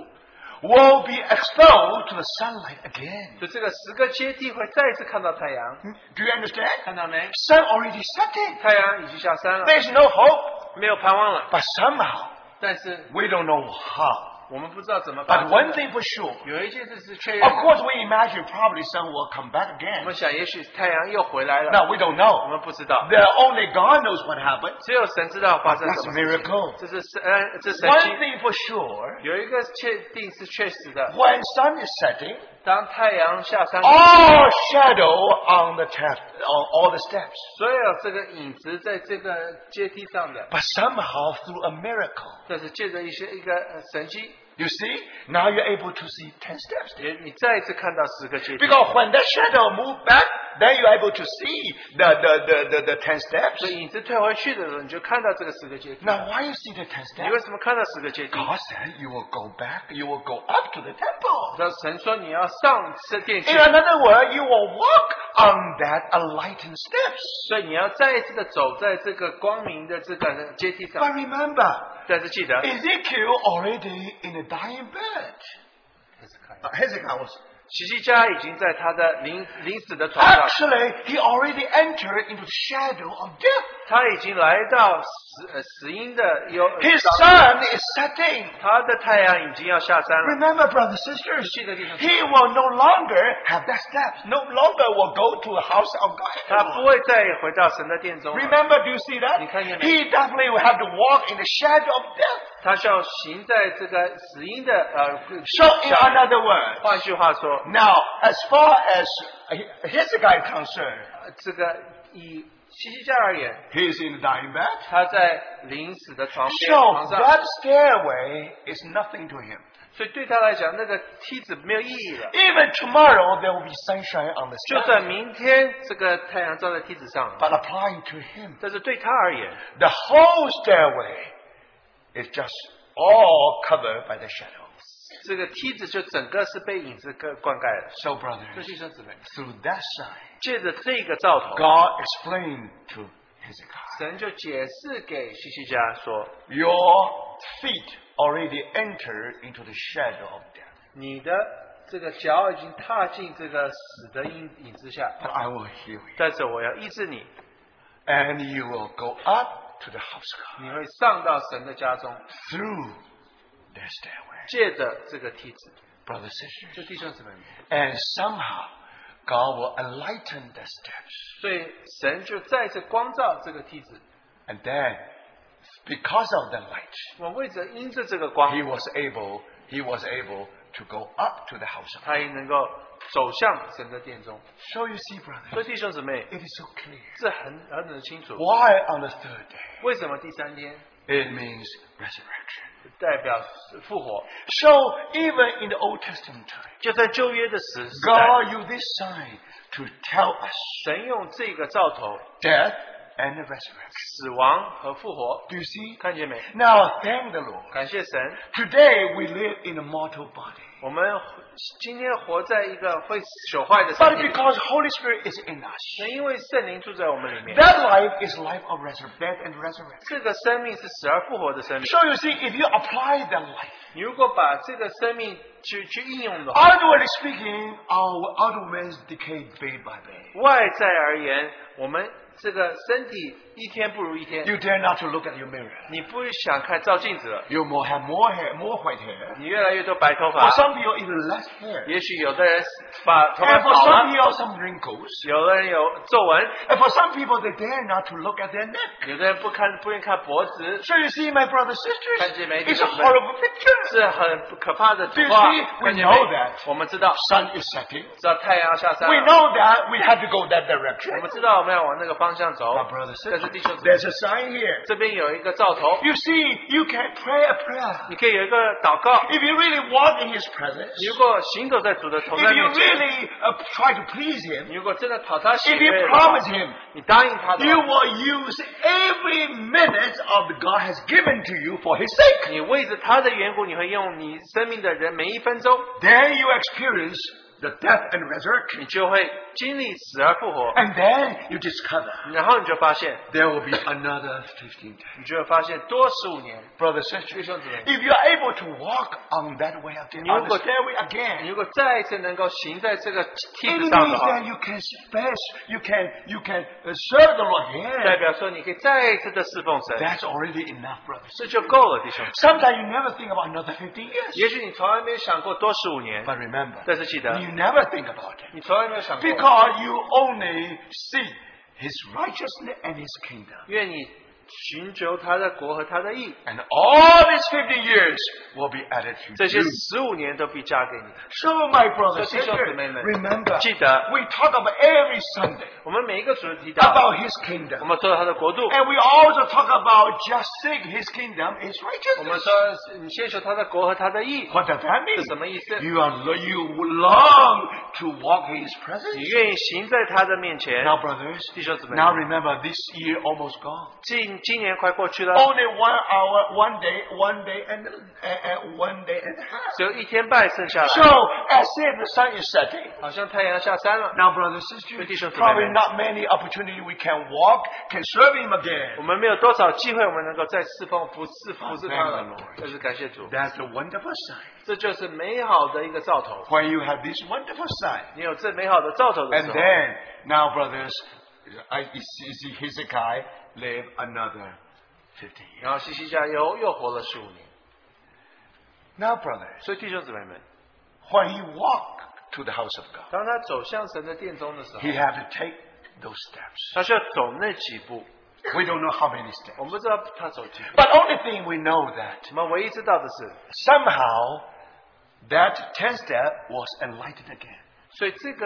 Speaker 4: will be exposed to the sunlight again.
Speaker 5: 就这个十个阶梯会再一次看到太阳。
Speaker 4: Do you understand?
Speaker 5: 看到没？
Speaker 4: Sun already set in.
Speaker 5: 太阳已经下山了，
Speaker 4: There's no hope.
Speaker 5: 没有盼望了。
Speaker 4: But somehow
Speaker 5: 但是
Speaker 4: we don't know how.
Speaker 5: 我们不知道怎么办。
Speaker 4: But one thing for sure,
Speaker 5: 有一件事是确认的
Speaker 4: of course we imagine probably sun will come back
Speaker 5: 我
Speaker 4: again.
Speaker 5: 们想也许太阳又回来了。
Speaker 4: Now we don't
Speaker 5: 我
Speaker 4: know.
Speaker 5: 们不知道，
Speaker 4: The only God knows what happened.
Speaker 5: 只有神知道发生
Speaker 4: That's
Speaker 5: 什
Speaker 4: a
Speaker 5: 么事情。
Speaker 4: miracle.
Speaker 5: 这是神，呃这是神
Speaker 4: One
Speaker 5: 迹。
Speaker 4: thing for sure,
Speaker 5: 有一个确定是确实的，
Speaker 4: when sun is setting,
Speaker 5: 当太阳下山，
Speaker 4: all shadow on the tap, on all the steps.
Speaker 5: 所有这个影子在这个阶梯上的，
Speaker 4: But somehow through a miracle,
Speaker 5: 但是借着一些一个呃神迹，
Speaker 4: you see, now you're able to see ten steps.
Speaker 5: 也你再一次看到十个阶梯。
Speaker 4: Because when that shadow moved back, then you're able to see the the the, the, the ten
Speaker 5: 所
Speaker 4: steps.
Speaker 5: 以影子退回去的时候，你就看到这个十个阶梯。
Speaker 4: Now, why you see the ten
Speaker 5: 你为
Speaker 4: steps?
Speaker 5: 什么看到十个阶梯？
Speaker 4: God said you will go back, you will go up to the temple.
Speaker 5: 那神说你要上这殿去
Speaker 4: In，another word, you will walk on that enlightened steps.
Speaker 5: 所以你要再一次的走在这个光明的这个阶梯
Speaker 4: But
Speaker 5: 上。
Speaker 4: remember,
Speaker 5: 但是记得，
Speaker 4: Ezekiel already in a dying bed. Uh, Hezekiah was
Speaker 5: 喜西家已经在他的临临死的床上，
Speaker 4: actually he already entered into the shadow of death.
Speaker 5: 他已经来到死呃死因的有，
Speaker 4: His sun is setting.
Speaker 5: 他的太阳已经要下山了。
Speaker 4: Remember, brothers and sisters,
Speaker 5: 记得弟兄姊妹
Speaker 4: he will no longer have that step. No longer will go to the house of
Speaker 5: 他不
Speaker 4: God.
Speaker 5: 会再回到神的殿中了
Speaker 4: Remember, do you see that?
Speaker 5: You can't hear me.
Speaker 4: He definitely will have to walk in the shadow of death.
Speaker 5: 他需要行在这个死因的呃
Speaker 4: So, in
Speaker 5: 下
Speaker 4: another word,
Speaker 5: 换句话说，
Speaker 4: now as far as Hezekiah is concerned,
Speaker 5: 呃这个以西西家而言，
Speaker 4: he is in the dying bed.
Speaker 5: 他在临死的床边
Speaker 4: So
Speaker 5: 床上。
Speaker 4: that stairway is nothing to him.
Speaker 5: 所以对他来讲，那个梯子没有意义了。
Speaker 4: Even tomorrow there will be sunshine on the
Speaker 5: 就
Speaker 4: stairway.
Speaker 5: 算明天这个太阳照在梯子上，
Speaker 4: But applying to him,
Speaker 5: 但是对他而言，
Speaker 4: the whole stairway is just all covered by the shadow.
Speaker 5: 这个梯子就整个是被影子灌灌溉的。
Speaker 4: So,
Speaker 5: 这
Speaker 4: brothers,
Speaker 5: 弟兄姊妹，
Speaker 4: through that sign,
Speaker 5: 借着这个兆头，
Speaker 4: God explained to Hezekiah,
Speaker 5: 神就解释给西西家说：
Speaker 4: Your feet already entered into the shadow of death.
Speaker 5: 你的这个脚已经踏进这个死的影影子下，
Speaker 4: But I will heal you.
Speaker 5: 但是我要医治你，
Speaker 4: And you will go up to the house of God
Speaker 5: 你会上到神的家中，
Speaker 4: through their stairway.
Speaker 5: 借着这个梯子。
Speaker 4: Brothers, sisters.
Speaker 5: 这弟兄姊妹们，
Speaker 4: And somehow God will enlighten the steps.
Speaker 5: 所以神就再次光照这个梯子。
Speaker 4: And then, because of the light,
Speaker 5: 我为着因着这个光
Speaker 4: he，was able, he was able to go up to the house of
Speaker 5: 他
Speaker 4: God.
Speaker 5: 也能够走向神的殿中。
Speaker 4: So you see,
Speaker 5: 所
Speaker 4: brothers,
Speaker 5: 以弟兄姊妹，
Speaker 4: it is so clear.
Speaker 5: 这很很很清楚，
Speaker 4: Why on the third day?
Speaker 5: 为什么第三天
Speaker 4: It means resurrection.
Speaker 5: 代表复活？
Speaker 4: So even in the Old Testament time,
Speaker 5: 就在旧约的时时代，
Speaker 4: God used this sign to tell us
Speaker 5: 神用这个兆头，
Speaker 4: death and the resurrection.
Speaker 5: 死亡和复活，
Speaker 4: Do you see?
Speaker 5: 看见没？
Speaker 4: Now thank the Lord.
Speaker 5: 感谢神，
Speaker 4: Today we live in a mortal body.
Speaker 5: 我们今天活在一个会朽坏的
Speaker 4: But
Speaker 5: 身体里，
Speaker 4: because Holy Spirit is in us,
Speaker 5: 那因为圣灵住在我们里面，
Speaker 4: that life is life of resurrection, death and resurrection.
Speaker 5: 这个生命是死而复活的生命。
Speaker 4: So you see, if you apply that life,
Speaker 5: 你如果把这个生命去去应用的话，
Speaker 4: outwardly speaking, "Oh, our outer man's decayed day by day.
Speaker 5: 外在而言，我们这个身体一天不如一天，
Speaker 4: You dare not to look at your mirror.
Speaker 5: 你不想看照镜子了，
Speaker 4: You more have more hair, more white hair.
Speaker 5: 你越来越多白头
Speaker 4: For
Speaker 5: 发，
Speaker 4: some people, even less hair.
Speaker 5: 也许有的人把头发
Speaker 4: And
Speaker 5: 少
Speaker 4: for some
Speaker 5: 了，
Speaker 4: people, some wrinkles.
Speaker 5: 有的人有皱纹，
Speaker 4: And for some people, they dare not to look at their neck.
Speaker 5: 有的人不看不愿意看脖子，
Speaker 4: So you see, my brothers sisters,
Speaker 5: Benjamin,
Speaker 4: it's a
Speaker 5: Benjamin.
Speaker 4: horrible picture.
Speaker 5: 是很可怕的图
Speaker 4: You
Speaker 5: 画
Speaker 4: see,。we
Speaker 5: 看见
Speaker 4: know
Speaker 5: 没
Speaker 4: that.
Speaker 5: 我们知道，
Speaker 4: Sun is setting.
Speaker 5: 知道太阳要下山
Speaker 4: We
Speaker 5: 了，
Speaker 4: know that we have to go that 啊 direction.
Speaker 5: 我们知道我们要往那个方向走
Speaker 4: My。brothers sisters,
Speaker 5: 但是弟兄姊妹，
Speaker 4: there's a sign here.
Speaker 5: 这边有一个兆头，
Speaker 4: You see, you can pray a prayer.
Speaker 5: 你可以有一个祷告。
Speaker 4: If you really walk in His presence,
Speaker 5: 你如果行走在主的同在
Speaker 4: if you
Speaker 5: 面前，
Speaker 4: really uh, try to please Him,
Speaker 5: 你如果真的讨他喜
Speaker 4: if you
Speaker 5: 悦，
Speaker 4: promise Him,
Speaker 5: 你答应他的
Speaker 4: you
Speaker 5: 话，
Speaker 4: will use every minute of the God has given to you for His sake.
Speaker 5: 你为着他的缘故，你会用你生命的人每一分钟，
Speaker 4: Then you experience the death and
Speaker 5: 你
Speaker 4: resurrection.
Speaker 5: 就会经历死而复活，
Speaker 4: And then you discover
Speaker 5: 然后你就发现，
Speaker 4: there will be another 15 days.
Speaker 5: 你就会发现多十五年。
Speaker 4: Brothers and <laughs> sisters,
Speaker 5: 弟兄姊妹，
Speaker 4: if you are able to walk on that way again, on the stairway again,
Speaker 5: 你如果再一次能够行在这个梯
Speaker 4: It means
Speaker 5: 子上的话
Speaker 4: that，you can space, you can, you can uh, serve the Lord.
Speaker 5: 代
Speaker 4: Yeah,
Speaker 5: 表说你可以再一次的侍奉神，
Speaker 4: that's already enough, brothers.
Speaker 5: 这就够了，弟兄。
Speaker 4: Sometimes you never think about another 15 years.
Speaker 5: 也许你从来没想过多十五年，
Speaker 4: But remember,
Speaker 5: 但是记得，
Speaker 4: you never think about it
Speaker 5: 你从来没有想过。
Speaker 4: because you only see His righteousness and His kingdom.
Speaker 5: 愿你寻求他的国和他的义，
Speaker 4: And all these 50 years will be added
Speaker 5: 这
Speaker 4: to
Speaker 5: 些
Speaker 4: you.
Speaker 5: 十五年都必加给你。
Speaker 4: So, my brothers
Speaker 5: So,
Speaker 4: and sisters,
Speaker 5: remember.
Speaker 4: remember,
Speaker 5: 记得
Speaker 4: we talk about every Sunday
Speaker 5: 我们每一个主日提到，
Speaker 4: about His
Speaker 5: 我
Speaker 4: kingdom.
Speaker 5: 们说到他的国度，
Speaker 4: And we also talk about just seek His kingdom, His
Speaker 5: 我们
Speaker 4: righteousness.
Speaker 5: 说你先求他的国和他的义
Speaker 4: What does that
Speaker 5: 是
Speaker 4: mean?
Speaker 5: 什么意思？
Speaker 4: You are you long to walk in His presence.
Speaker 5: 你愿意行在他的面前。
Speaker 4: Now, brothers,
Speaker 5: 弟兄姊妹，
Speaker 4: now remember this year almost gone.
Speaker 5: 今今年快过去了，
Speaker 4: Only one hour, one day, one day, and uh, uh, one day and a half.
Speaker 5: 只有一天半剩下
Speaker 4: So,
Speaker 5: 来，
Speaker 4: as if the sun is setting.
Speaker 5: 好像太阳下山了。
Speaker 4: Now, brothers,
Speaker 5: 弟兄姊妹
Speaker 4: sisters, probably
Speaker 5: 们。
Speaker 4: not many opportunity we can walk, can serve Him
Speaker 5: 我
Speaker 4: again.
Speaker 5: 们没有多少机会，我们能够再侍奉，不侍服侍他
Speaker 4: Thank
Speaker 5: 了
Speaker 4: the Lord.。
Speaker 5: 这是感谢主，
Speaker 4: That's a wonderful sign.
Speaker 5: 这就是美好的一个兆头。
Speaker 4: When you have this wonderful sign,
Speaker 5: 你有这美好的兆头的
Speaker 4: and
Speaker 5: 时候，
Speaker 4: then now, brothers, I you see you see Hezekiah live another fifty years.
Speaker 5: 然后西西加又又活了十五年。
Speaker 4: Now, brothers.
Speaker 5: 所以弟兄姊妹们，
Speaker 4: when he walked to the house of God,
Speaker 5: 当他走向神的殿中的时候
Speaker 4: he，had to take those steps.
Speaker 5: 他需要走那几步。
Speaker 4: We don't know how many steps.
Speaker 5: 我们不知道他走几步，
Speaker 4: But only thing we know that
Speaker 5: 我们唯一知道的是，
Speaker 4: somehow that 10 step was enlightened again.
Speaker 5: 所以这个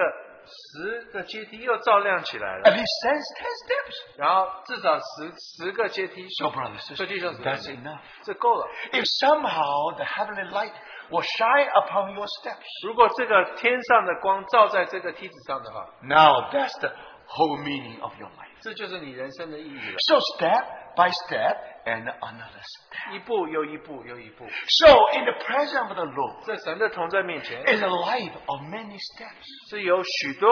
Speaker 5: 十个阶梯又照亮起来
Speaker 4: At
Speaker 5: 了，
Speaker 4: least 10 steps.
Speaker 5: 然后至少十十个阶梯，
Speaker 4: So, brothers and
Speaker 5: 所以弟兄
Speaker 4: sisters,
Speaker 5: 姊
Speaker 4: that's
Speaker 5: 妹
Speaker 4: enough.
Speaker 5: 们，这够了。
Speaker 4: If somehow the heavenly light will shine upon your steps,
Speaker 5: 如果这个天上的光照在这个梯子上的话，
Speaker 4: now that's the whole meaning of your life.
Speaker 5: 这就是你人生的意义了。
Speaker 4: So, step by step, and another step.
Speaker 5: 一步又一步又一步，
Speaker 4: So, in the presence of the Lord,
Speaker 5: 在神的同在面前
Speaker 4: in the life of many steps.
Speaker 5: 是有许多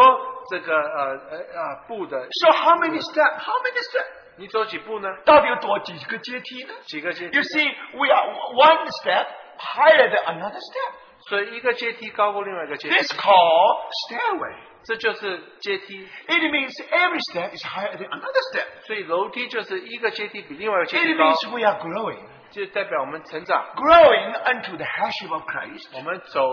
Speaker 5: 这个呃呃呃步的，
Speaker 4: So, how many steps? How many steps?
Speaker 5: 你走几步呢？
Speaker 4: 到底有多几个阶梯呢？
Speaker 5: 几个阶梯
Speaker 4: You？see, we are one step higher than another step.
Speaker 5: 所以一个阶梯高过另外一个阶梯，
Speaker 4: This called stairway.
Speaker 5: 这就是阶梯。
Speaker 4: It means every step is higher than another step.
Speaker 5: 所以楼梯就是一个阶梯比另外一个阶
Speaker 4: It
Speaker 5: 梯高
Speaker 4: means，we are growing,
Speaker 5: 就代表我们成长，
Speaker 4: growing unto the headship of Christ.
Speaker 5: 我们走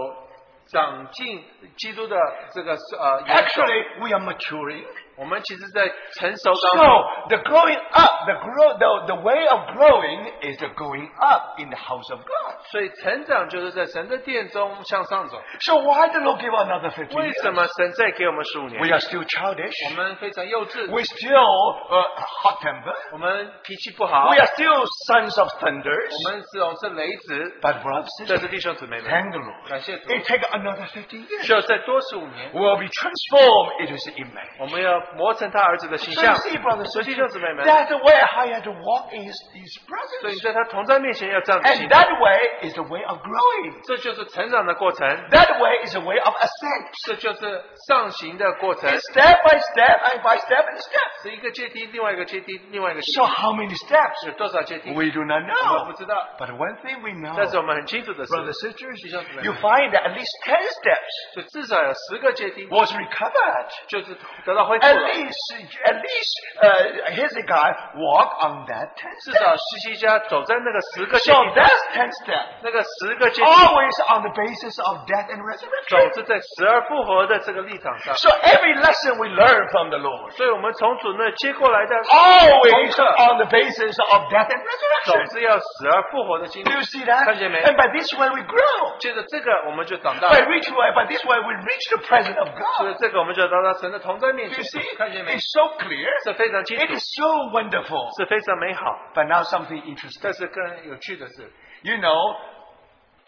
Speaker 5: 长进基督的这个呃，元首
Speaker 4: Actually, we are maturing.
Speaker 5: 我们其实在成熟
Speaker 4: So
Speaker 5: 当中，
Speaker 4: the growing up, the grow, the, the way of growing is the going up in the house of God.
Speaker 5: 所以成长就是在神的殿中向上走。
Speaker 4: So why the Lord give another 15
Speaker 5: 为
Speaker 4: years?
Speaker 5: 什么神再给我们十五年？
Speaker 4: We are still childish.
Speaker 5: 我们非常幼稚，
Speaker 4: We're still uh, hot tempered.
Speaker 5: 我们脾气不好，
Speaker 4: We are still sons of thunders.
Speaker 5: 我们是我们是雷子，
Speaker 4: But brothers, and
Speaker 5: 这
Speaker 4: sisters,
Speaker 5: 是弟兄姊妹们，
Speaker 4: thank the Lord.
Speaker 5: 感谢主，
Speaker 4: It take another 50 years.
Speaker 5: 需要再多十五年，
Speaker 4: We'll be transformed into His image.
Speaker 5: 我们要磨成他儿子的形
Speaker 4: So you
Speaker 5: 象。
Speaker 4: see, brothers,
Speaker 5: 所
Speaker 4: and
Speaker 5: 以弟兄姊
Speaker 4: sisters,
Speaker 5: 妹们，
Speaker 4: that's the way how you have to walk in His, his
Speaker 5: 所以你
Speaker 4: presence.
Speaker 5: 在他同在面前要这样子
Speaker 4: And
Speaker 5: 行动，
Speaker 4: that way is the way of growing.
Speaker 5: 这就是成长的过程，
Speaker 4: That way is the way of ascent.
Speaker 5: 这就是上行的过程
Speaker 4: And，step by step and by step and step.
Speaker 5: 是一个阶梯，另外一个阶梯，另外一个阶
Speaker 4: So how many steps?
Speaker 5: 梯，有多少阶梯？
Speaker 4: We do not
Speaker 5: 我们不
Speaker 4: know.
Speaker 5: 知道，
Speaker 4: But one thing we know,
Speaker 5: 但是我们很清楚的是，
Speaker 4: brothers, and sisters,
Speaker 5: 弟兄姊妹
Speaker 4: you
Speaker 5: 们，
Speaker 4: find that at least 10 steps
Speaker 5: 就至少有十个阶梯，
Speaker 4: was recovered.
Speaker 5: 就是得到恢复
Speaker 4: At
Speaker 5: 了。
Speaker 4: least, at least uh, Hezekiah walked on that 10
Speaker 5: 至
Speaker 4: steps.
Speaker 5: 少西西家走在那个十个阶
Speaker 4: So
Speaker 5: 梯，
Speaker 4: that's Oh. 10 steps.
Speaker 5: 那个十个阶梯
Speaker 4: Always on the basis of death and
Speaker 5: 总
Speaker 4: resurrection.
Speaker 5: 是在死而复活的这个立场上，
Speaker 4: So every lesson we learn from the Lord,
Speaker 5: 所以我们从主那接过来的
Speaker 4: Oh. always
Speaker 5: 功课
Speaker 4: on the basis of death and
Speaker 5: 总
Speaker 4: resurrection.
Speaker 5: 是要死而复活的经历
Speaker 4: Do。you see that?
Speaker 5: 看见没？
Speaker 4: And by this way we grow.
Speaker 5: 接着这个我们就长大
Speaker 4: By
Speaker 5: 了，
Speaker 4: which way, by this way we reach the presence of
Speaker 5: 所以
Speaker 4: God.
Speaker 5: 这个我们就到达神的同在面
Speaker 4: Do
Speaker 5: 前
Speaker 4: you see?，
Speaker 5: 看见没？
Speaker 4: It's so clear.
Speaker 5: 是非常清
Speaker 4: It
Speaker 5: 楚，
Speaker 4: is so wonderful.
Speaker 5: 是非常美好。
Speaker 4: But now something interesting.
Speaker 5: 但是更有趣的是，
Speaker 4: You know,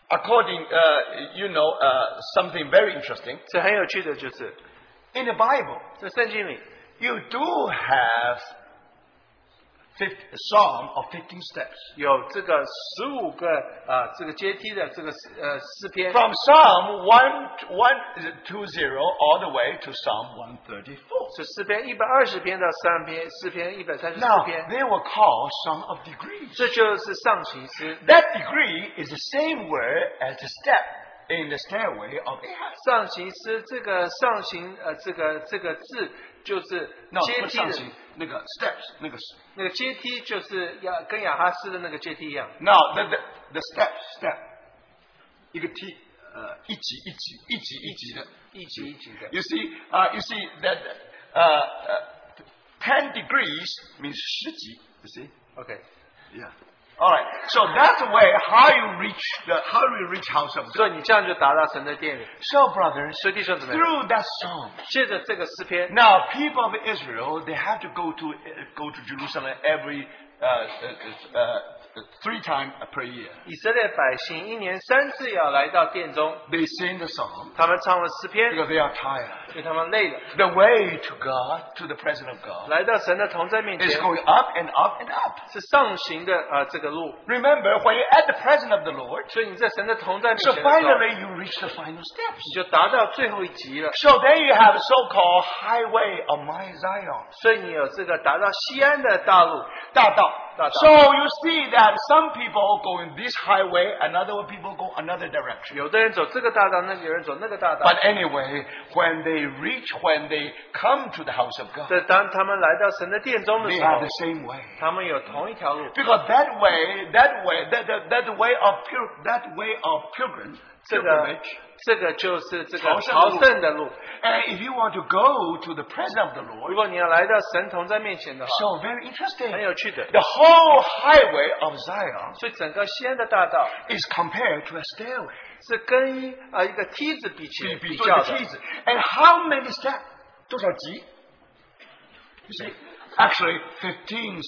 Speaker 4: according, uh, you know, uh, something very interesting.
Speaker 5: 这很有趣的就是，
Speaker 4: In the Bible,
Speaker 5: 在圣经里
Speaker 4: you do have fifth Psalm of 15 steps.
Speaker 5: 有这个十五个啊、这个阶梯的这个呃诗篇，
Speaker 4: From Psalm 1, 120 all the way to Psalm 134.
Speaker 5: 是诗篇一百二十篇到三篇，诗篇一百三十四
Speaker 4: Now,
Speaker 5: 篇，
Speaker 4: they were called Psalm of degrees.
Speaker 5: 这就是上行诗。
Speaker 4: That degree is the same word as the step in the stairway of Ahaz.
Speaker 5: 上行诗这个上行呃这个这个字就是阶梯的
Speaker 4: 那个 steps 那个。
Speaker 5: 那个阶梯就是亚跟亚哈斯的那个阶梯一样，
Speaker 4: Now the the the step step 一个梯呃一级一级一级一级的。
Speaker 5: 一级一级的。
Speaker 4: You see, uh, you see that uh, uh, ten degrees means 十级。You see.
Speaker 5: OK，
Speaker 4: Yeah. All right. So that's the way how you reach the how you reach house of God.
Speaker 5: 所以你这样就达到神的殿里。
Speaker 4: So brothers,
Speaker 5: 所以弟兄姊妹，
Speaker 4: through that song.
Speaker 5: 借着这个诗篇，
Speaker 4: Now, people of Israel, they have to go to uh, go to Jerusalem every uh, uh, uh, three times per year.
Speaker 5: 以色列百姓一年三次要来到殿中，
Speaker 4: They sing the psalm
Speaker 5: 他们唱了诗篇，
Speaker 4: because they are tired.
Speaker 5: 因为他们累了，
Speaker 4: The way to God, to the presence of God,
Speaker 5: 来到神的同在面前
Speaker 4: is going up and up and up.
Speaker 5: 是上行的啊、呃这个路。
Speaker 4: Remember, when you're at the presence of the Lord,
Speaker 5: 所以你在神的同在面
Speaker 4: so
Speaker 5: 前的时候
Speaker 4: finally you reach the final steps.
Speaker 5: 你就达到最后一级了。
Speaker 4: So then you have so-called highway of my Zion.
Speaker 5: 所以你有这个达到西安的大陆，
Speaker 4: 大道。
Speaker 5: 大道。
Speaker 4: So you see that some people go in this highway, another people go another direction.
Speaker 5: 有的人走这个大道，那有人走那个大道
Speaker 4: But。anyway, when they reach, when they come to the house of God,
Speaker 5: 这当他们来到神的殿中的
Speaker 4: they
Speaker 5: 时
Speaker 4: are
Speaker 5: 候
Speaker 4: the，same way.
Speaker 5: 他们有同一条路。
Speaker 4: Because that way, that way, that, that, that way of pil- that way of pilgrim,
Speaker 5: 这个
Speaker 4: pilgrimage,
Speaker 5: 这个就是这
Speaker 4: 朝
Speaker 5: 个
Speaker 4: 圣的
Speaker 5: 朝
Speaker 4: 路
Speaker 5: 圣的路。
Speaker 4: and if you want to go to the presence of the
Speaker 5: 如
Speaker 4: Lord,
Speaker 5: 果你要来到神同在面前的话，
Speaker 4: so very interesting.
Speaker 5: 很有趣的。
Speaker 4: The whole highway of Zion
Speaker 5: 所以整个西安的大道
Speaker 4: is compared to a stairway.
Speaker 5: 是跟一啊、一个梯子比起来比较的。
Speaker 4: And how many steps? 多少级？You see, actually, 15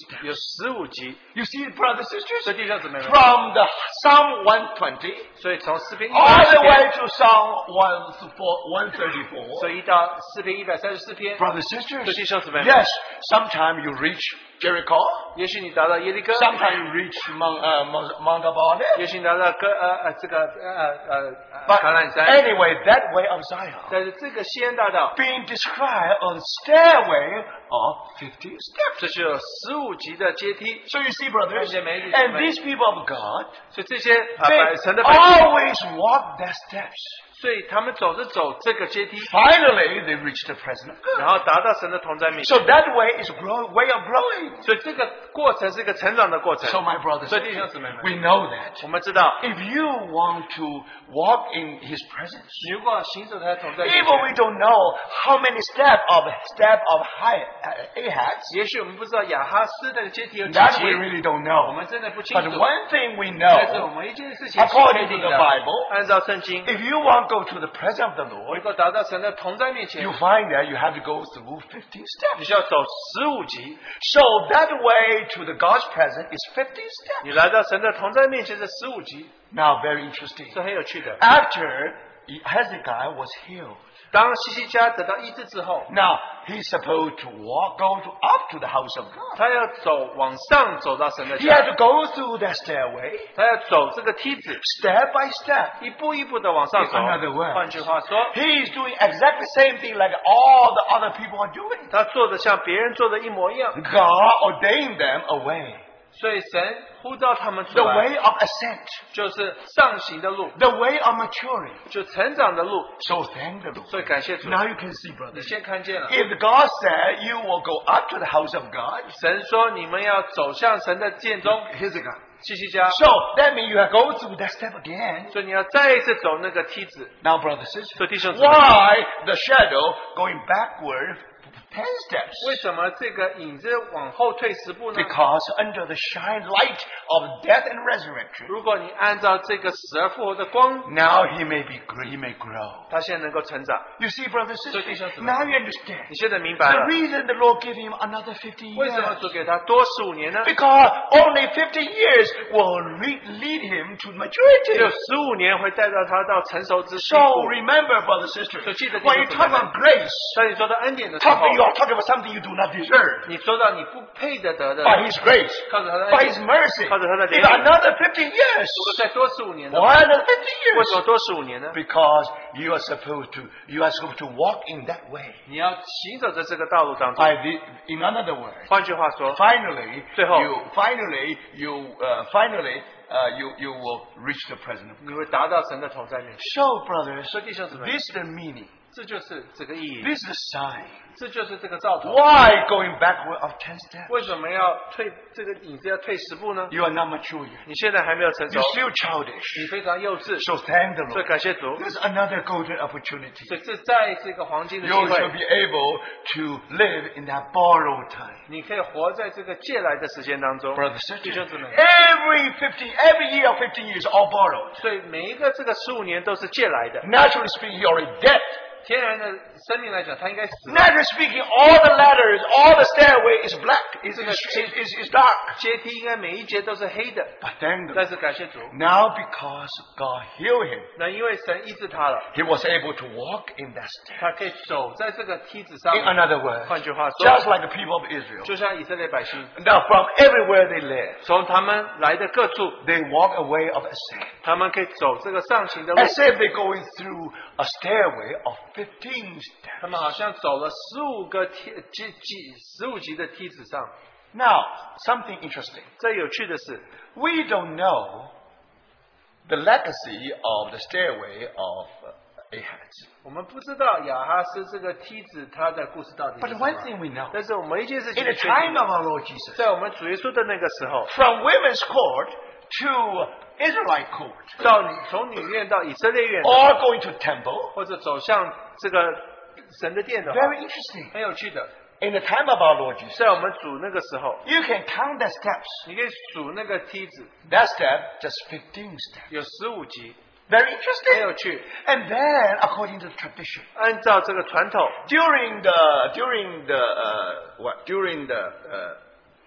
Speaker 4: steps.
Speaker 5: 有十五级，
Speaker 4: You see, brothers and
Speaker 5: 所以
Speaker 4: sisters,
Speaker 5: 弟兄姊妹们，
Speaker 4: from the Psalm 120
Speaker 5: 所以从诗篇一
Speaker 4: all
Speaker 5: 百
Speaker 4: the
Speaker 5: 四
Speaker 4: way
Speaker 5: 篇，
Speaker 4: to Psalm 134.
Speaker 5: 所以到诗篇一百三十四篇，
Speaker 4: Brothers and
Speaker 5: 弟
Speaker 4: sisters,
Speaker 5: 兄姊妹们，
Speaker 4: yes, sometime you reach Jericho,
Speaker 5: 也许你达到耶利哥，
Speaker 4: sometime you reach Mount, uh, Mount- Mount of Olives.
Speaker 5: 也许你达到哥呃呃这个呃呃呃
Speaker 4: But
Speaker 5: 橄榄山，
Speaker 4: anyway, that way of Zion
Speaker 5: 但是这个西安大道，
Speaker 4: being described on stairway of 50 steps.
Speaker 5: 这是有十五级的阶梯，
Speaker 4: So you see, brothers,
Speaker 5: Amazing.
Speaker 4: and these people of God,
Speaker 5: 所以这些啊百神的
Speaker 4: they
Speaker 5: 百姓，
Speaker 4: always walk their steps.
Speaker 5: 所以他们总是走这个阶梯，
Speaker 4: Finally, they reach the presence of God.
Speaker 5: 然后达到神的同在面。
Speaker 4: So that way is grow, way of growing.
Speaker 5: 所以这个过程是一个成长的过程。
Speaker 4: So my brothers,
Speaker 5: 所以弟兄姊妹们，
Speaker 4: we know that.
Speaker 5: 我们知道，
Speaker 4: If you want to walk in His presence,
Speaker 5: 如果行走他的同在面
Speaker 4: even
Speaker 5: 前，
Speaker 4: we don't know how many step of step of high uh, Ahaz,
Speaker 5: 也许我们不知道雅哈斯那个阶梯有几
Speaker 4: that we
Speaker 5: 级，
Speaker 4: really don't know.
Speaker 5: 我们真的不清
Speaker 4: But oh
Speaker 5: 楚。
Speaker 4: one thing we
Speaker 5: 但是我
Speaker 4: know,
Speaker 5: 们一件事情是
Speaker 4: According
Speaker 5: 确定
Speaker 4: to the
Speaker 5: 的
Speaker 4: Bible，，
Speaker 5: 按照圣经，
Speaker 4: if you want to go to the presence of the
Speaker 5: 能
Speaker 4: Lord,
Speaker 5: 够达到神的同在面前
Speaker 4: you，find that you have to go through 15
Speaker 5: 你
Speaker 4: steps.
Speaker 5: 需要走十五级。
Speaker 4: So that way to the God's presence is 15
Speaker 5: 你
Speaker 4: steps.
Speaker 5: 来到神的同在面前是十五级，
Speaker 4: Now, very interesting.
Speaker 5: 是很有趣的。
Speaker 4: After Hezekiah was healed,
Speaker 5: 当西西家得到医治之后，
Speaker 4: now he's supposed to walk, go to, up to the house of God.
Speaker 5: 他要走往上走到神的
Speaker 4: He had
Speaker 5: 家，
Speaker 4: to go through that stairway,
Speaker 5: 他要走这个梯子，
Speaker 4: step by step.
Speaker 5: 一步一步的往上走
Speaker 4: In another word.。
Speaker 5: 换句话说，
Speaker 4: He is doing exactly the same thing like all the other people are doing.
Speaker 5: 他做的像别人做的一模一样，
Speaker 4: God ordained them a way.
Speaker 5: 所以神呼召他们出
Speaker 4: The
Speaker 5: 来，
Speaker 4: way of ascent.
Speaker 5: 就是上行的路，
Speaker 4: The way of maturing.
Speaker 5: 就成长的路。
Speaker 4: So thank the Lord.
Speaker 5: 所以感谢主，
Speaker 4: Now you can see,
Speaker 5: 你
Speaker 4: brothers.
Speaker 5: 先看见了。
Speaker 4: If God said you will go up to the house of God,
Speaker 5: 神说你们要走向神的殿中，
Speaker 4: here's a God.
Speaker 5: 西西家，
Speaker 4: So that means you have to go through that step again.
Speaker 5: 所以你要再一次走那个梯子。
Speaker 4: Now, brothers,
Speaker 5: 所以弟兄姊妹，
Speaker 4: why the shadow going backward ten steps?
Speaker 5: 为什么这个影子往后退十步呢？
Speaker 4: Because under the shine light of death and resurrection,
Speaker 5: 如果你按照这个死而复活的光，
Speaker 4: now he may be gr- he may grow.
Speaker 5: 他现在能够成长。
Speaker 4: You see, brothers and sisters, now you understand.
Speaker 5: 你现在明白
Speaker 4: The
Speaker 5: 了，
Speaker 4: reason the Lord gave him another 50
Speaker 5: 为什么
Speaker 4: years.
Speaker 5: 主给他多十五年呢？
Speaker 4: Because only 50 years will re- lead him to
Speaker 5: 只有
Speaker 4: maturity.
Speaker 5: 十五年会带到他到成熟之地
Speaker 4: So remember, brothers and sisters,
Speaker 5: So, Jesus,
Speaker 4: when you
Speaker 5: Jesus,
Speaker 4: talk about grace,
Speaker 5: 当你说到恩典的时
Speaker 4: talk,
Speaker 5: 候，
Speaker 4: you are talking about something you do not deserve.
Speaker 5: 你说到你不配得得的，
Speaker 4: By His grace,
Speaker 5: 靠着他的恩
Speaker 4: by
Speaker 5: 典
Speaker 4: His mercy,
Speaker 5: 靠着他的怜
Speaker 4: if
Speaker 5: 悯，如
Speaker 4: another 50 years,
Speaker 5: 果再多十五年呢？
Speaker 4: why another
Speaker 5: 为什
Speaker 4: 50
Speaker 5: 么
Speaker 4: years?
Speaker 5: 多十五年呢？
Speaker 4: Because you are supposed to, you are supposed to walk in that way.
Speaker 5: 你要行走在这个道路当
Speaker 4: By
Speaker 5: 中。
Speaker 4: the, in other words,
Speaker 5: 换句话说，
Speaker 4: finally
Speaker 5: 最后。
Speaker 4: you finally you
Speaker 5: 呃
Speaker 4: uh, finally uh, you you will reach the present.
Speaker 5: 你会达到神的同在面前。
Speaker 4: So, brothers,
Speaker 5: 所以弟兄姊妹
Speaker 4: this，is the meaning.
Speaker 5: 这就是这个意义，
Speaker 4: This is the sign.
Speaker 5: 这就是这个兆头。
Speaker 4: Why going backward of ten steps?
Speaker 5: 为什么要退这个影子要退十步呢？
Speaker 4: You are not mature yet.
Speaker 5: 你现在还没有成熟
Speaker 4: You're，still childish.
Speaker 5: 你非常幼稚，
Speaker 4: So thank the
Speaker 5: 所以
Speaker 4: Lord.
Speaker 5: 感谢主，
Speaker 4: There's another golden opportunity.
Speaker 5: 所以这再是一个黄金
Speaker 4: You
Speaker 5: 的机
Speaker 4: will
Speaker 5: 会，
Speaker 4: be able to live in that borrowed time.
Speaker 5: 你可以活在这个借来的时间当中。
Speaker 4: Brothers, sisters,
Speaker 5: 弟兄姊妹，
Speaker 4: every 50, every year of 50 years, all borrowed.
Speaker 5: 所以每一个这个十五年都是借来的。
Speaker 4: Naturally speaking, you're in debt.
Speaker 5: 天然的生命来讲，他应该死了。
Speaker 4: Naturally speaking, all the ladders, all the stairway is black, is, is, is, is dark.
Speaker 5: 阶梯应该每一节都是黑的，
Speaker 4: But thank the
Speaker 5: 但是感谢主，
Speaker 4: Now because God healed him,
Speaker 5: 那因为神医治他了，
Speaker 4: he was able to walk in that stair.
Speaker 5: 他可以走在这个梯子上
Speaker 4: In。another word,
Speaker 5: 换句话
Speaker 4: just
Speaker 5: 说，
Speaker 4: like the people of Israel.
Speaker 5: 就像以色列百姓，
Speaker 4: Now from everywhere they live,
Speaker 5: 从他们来的各处，
Speaker 4: they walk away of ascent.
Speaker 5: 他们可以走这个上行的路
Speaker 4: As，if they're going through a stairway of 15
Speaker 5: 他
Speaker 4: steps.
Speaker 5: 们好像走了十五个梯级级十五级的梯子上。
Speaker 4: Now, something interesting.
Speaker 5: 这有趣的是，
Speaker 4: We don't know the legacy of the stairway of uh, Ahaz.
Speaker 5: 我们不知道雅哈斯这个梯子它的故事到底是
Speaker 4: But
Speaker 5: 什
Speaker 4: one
Speaker 5: 么。
Speaker 4: thing we know.
Speaker 5: 但是我们一件事
Speaker 4: In
Speaker 5: 情
Speaker 4: the
Speaker 5: 确定
Speaker 4: time of our Lord Jesus,
Speaker 5: 在我们主耶稣的那个时候，
Speaker 4: from women's court to Israelite court,
Speaker 5: 到你从女院到以色列院，
Speaker 4: or going to temple.
Speaker 5: 或者走向这个神的殿的话，
Speaker 4: Very interesting.
Speaker 5: 很有趣的。
Speaker 4: In the time of our Lord Jesus,
Speaker 5: 在我们主那个时候，
Speaker 4: you can count the steps.
Speaker 5: 你可以数那个梯子
Speaker 4: That step, just 15 steps.
Speaker 5: 有十五级，
Speaker 4: Very
Speaker 5: 很有
Speaker 4: interesting.
Speaker 5: 趣。
Speaker 4: And then, according to tradition,
Speaker 5: 按照这个传统，
Speaker 4: 呃呃 during the during the uh, what during the, uh,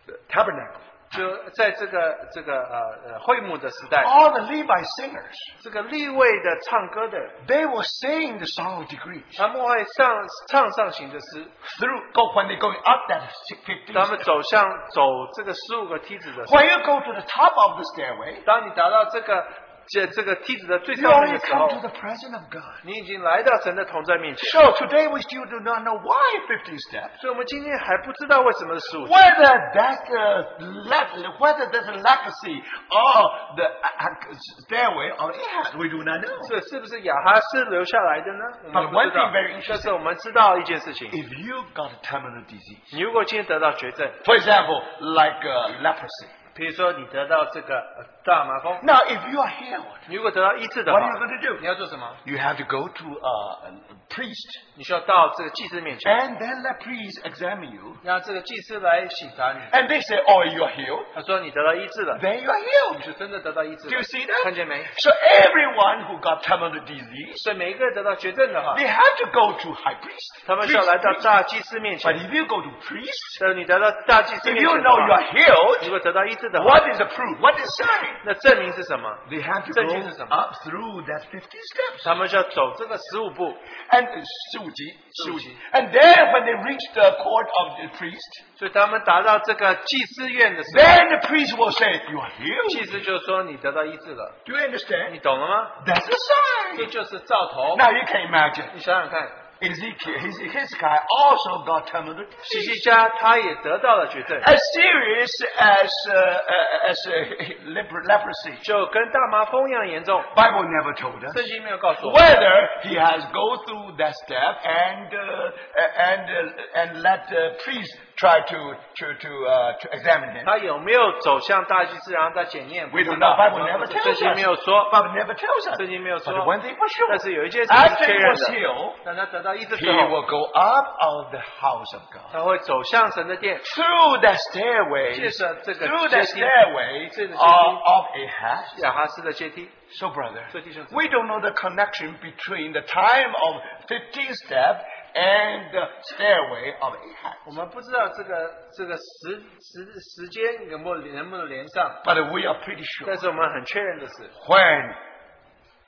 Speaker 4: the tabernacle,
Speaker 5: 就在这个这个呃呃会幕的时代，
Speaker 4: All the Levi singers,
Speaker 5: 这个立位的唱歌的，
Speaker 4: they were saying the Song of Degrees.
Speaker 5: 他们会上唱上行的诗，
Speaker 4: Through, go when they're going up that 15
Speaker 5: 他们
Speaker 4: steps.
Speaker 5: 走向走这个十五个梯子的时候，
Speaker 4: When you go to the top of the stairway,
Speaker 5: 当你达到这个这这个梯子的最
Speaker 4: you
Speaker 5: 上面
Speaker 4: only
Speaker 5: 的时
Speaker 4: come
Speaker 5: 候，
Speaker 4: to the presence of God.
Speaker 5: 你已经来到神的同在面前。
Speaker 4: So today we still do not know why 15 steps.
Speaker 5: 所以我们今天还不知道为什么是十五，
Speaker 4: Whether that's a le- whether that's a legacy of the uh, uh, stairway or yeah, we do not know.
Speaker 5: 这是不是亚哈斯留下来的呢？我
Speaker 4: But
Speaker 5: 们不
Speaker 4: one
Speaker 5: 知道
Speaker 4: thing very。
Speaker 5: 但
Speaker 4: interesting,
Speaker 5: 是我们知道一件事情，
Speaker 4: if you got a terminal disease,
Speaker 5: 你如果今天得到绝症，
Speaker 4: for example, like uh, leprosy.
Speaker 5: 比如说你得到这个呃大麻风，
Speaker 4: Now, if you are healed,
Speaker 5: 你如果得到医治的
Speaker 4: what are you
Speaker 5: 话，
Speaker 4: going to do?
Speaker 5: 你要做什么？
Speaker 4: You have to go to uh, a priest,
Speaker 5: 你需要到这个祭司面前，
Speaker 4: and then the priest examine you,
Speaker 5: 让这个祭司来审查你。
Speaker 4: and they say, "Oh, you are healed."
Speaker 5: 他说你得到医治了，
Speaker 4: Then you are
Speaker 5: 你
Speaker 4: healed.
Speaker 5: 是真的得到医治
Speaker 4: Do
Speaker 5: 了
Speaker 4: you，see that?
Speaker 5: 看见没？
Speaker 4: So everyone who got terminal disease,
Speaker 5: 所以每一个人得到绝症的话，
Speaker 4: they have to go to high priest.
Speaker 5: 他们
Speaker 4: Priest,
Speaker 5: 需要来到
Speaker 4: priest.
Speaker 5: 大祭司面
Speaker 4: But
Speaker 5: 前。
Speaker 4: if you go to priest,
Speaker 5: 但是你得到大祭司
Speaker 4: if
Speaker 5: 面
Speaker 4: you
Speaker 5: 前
Speaker 4: know
Speaker 5: 的
Speaker 4: you
Speaker 5: 话，
Speaker 4: are
Speaker 5: 如
Speaker 4: healed,
Speaker 5: 果得到医治的话，
Speaker 4: what is the proof? What is sign?
Speaker 5: 那证明是什么？
Speaker 4: They have to
Speaker 5: So
Speaker 4: go
Speaker 5: Jesus-
Speaker 4: up through that 50 steps.
Speaker 5: 他们需要走这个十五步，
Speaker 4: And uh, Suji, Suji.
Speaker 5: Suji.
Speaker 4: And then when they reach the court of the priest,
Speaker 5: 所以他们达到这个祭司院的时候，
Speaker 4: then the priest will say, You are
Speaker 5: 祭
Speaker 4: healed.
Speaker 5: 司就说你得到医治了，
Speaker 4: Do you
Speaker 5: 你
Speaker 4: understand?
Speaker 5: 懂了吗？
Speaker 4: That's a
Speaker 5: 这
Speaker 4: sign.
Speaker 5: 就是兆头。
Speaker 4: Now you can imagine.
Speaker 5: 你想想看，
Speaker 4: Ezekiel, Hez- Hezekiah also got terminal
Speaker 5: 希西
Speaker 4: disease.
Speaker 5: 家他也得到了绝症，
Speaker 4: As serious as, uh, uh, as uh, leper- leprosy.
Speaker 5: 就跟大麻风一样严重。
Speaker 4: Bible never told us.
Speaker 5: 圣经没有告诉我们，
Speaker 4: whether he has go through that step and uh, and uh, and let the priest try to to to, uh, to examine him.
Speaker 5: 他有没有走向大祭司，然后再检验？
Speaker 4: We don't know. Bible never
Speaker 5: 圣
Speaker 4: tells
Speaker 5: 经没
Speaker 4: us.
Speaker 5: 有说，
Speaker 4: Bible never tells us.
Speaker 5: 圣经没有说
Speaker 4: But。one thing for
Speaker 5: 但
Speaker 4: sure,
Speaker 5: 是有一件事情是
Speaker 4: after
Speaker 5: 确
Speaker 4: he
Speaker 5: 认
Speaker 4: was
Speaker 5: 的，
Speaker 4: healed,
Speaker 5: 当他得到医治
Speaker 4: he
Speaker 5: 之后，
Speaker 4: will go up of the house of God
Speaker 5: 他会走向神的殿，
Speaker 4: through the
Speaker 5: 借
Speaker 4: stairways,
Speaker 5: 着这
Speaker 4: through
Speaker 5: 个
Speaker 4: the
Speaker 5: 阶梯，
Speaker 4: stairway
Speaker 5: Through the
Speaker 4: of,
Speaker 5: stairway.
Speaker 4: of Ahaz.
Speaker 5: 亚哈斯的阶梯。
Speaker 4: So, brother,
Speaker 5: 所以弟兄姊妹
Speaker 4: we don't know the connection between the time of 15 step and the stairway of Ahaz.
Speaker 5: 我们不知道这个这个时时时间有没有能不能连上，
Speaker 4: But we are pretty sure
Speaker 5: 但是我们很确认的是，
Speaker 4: when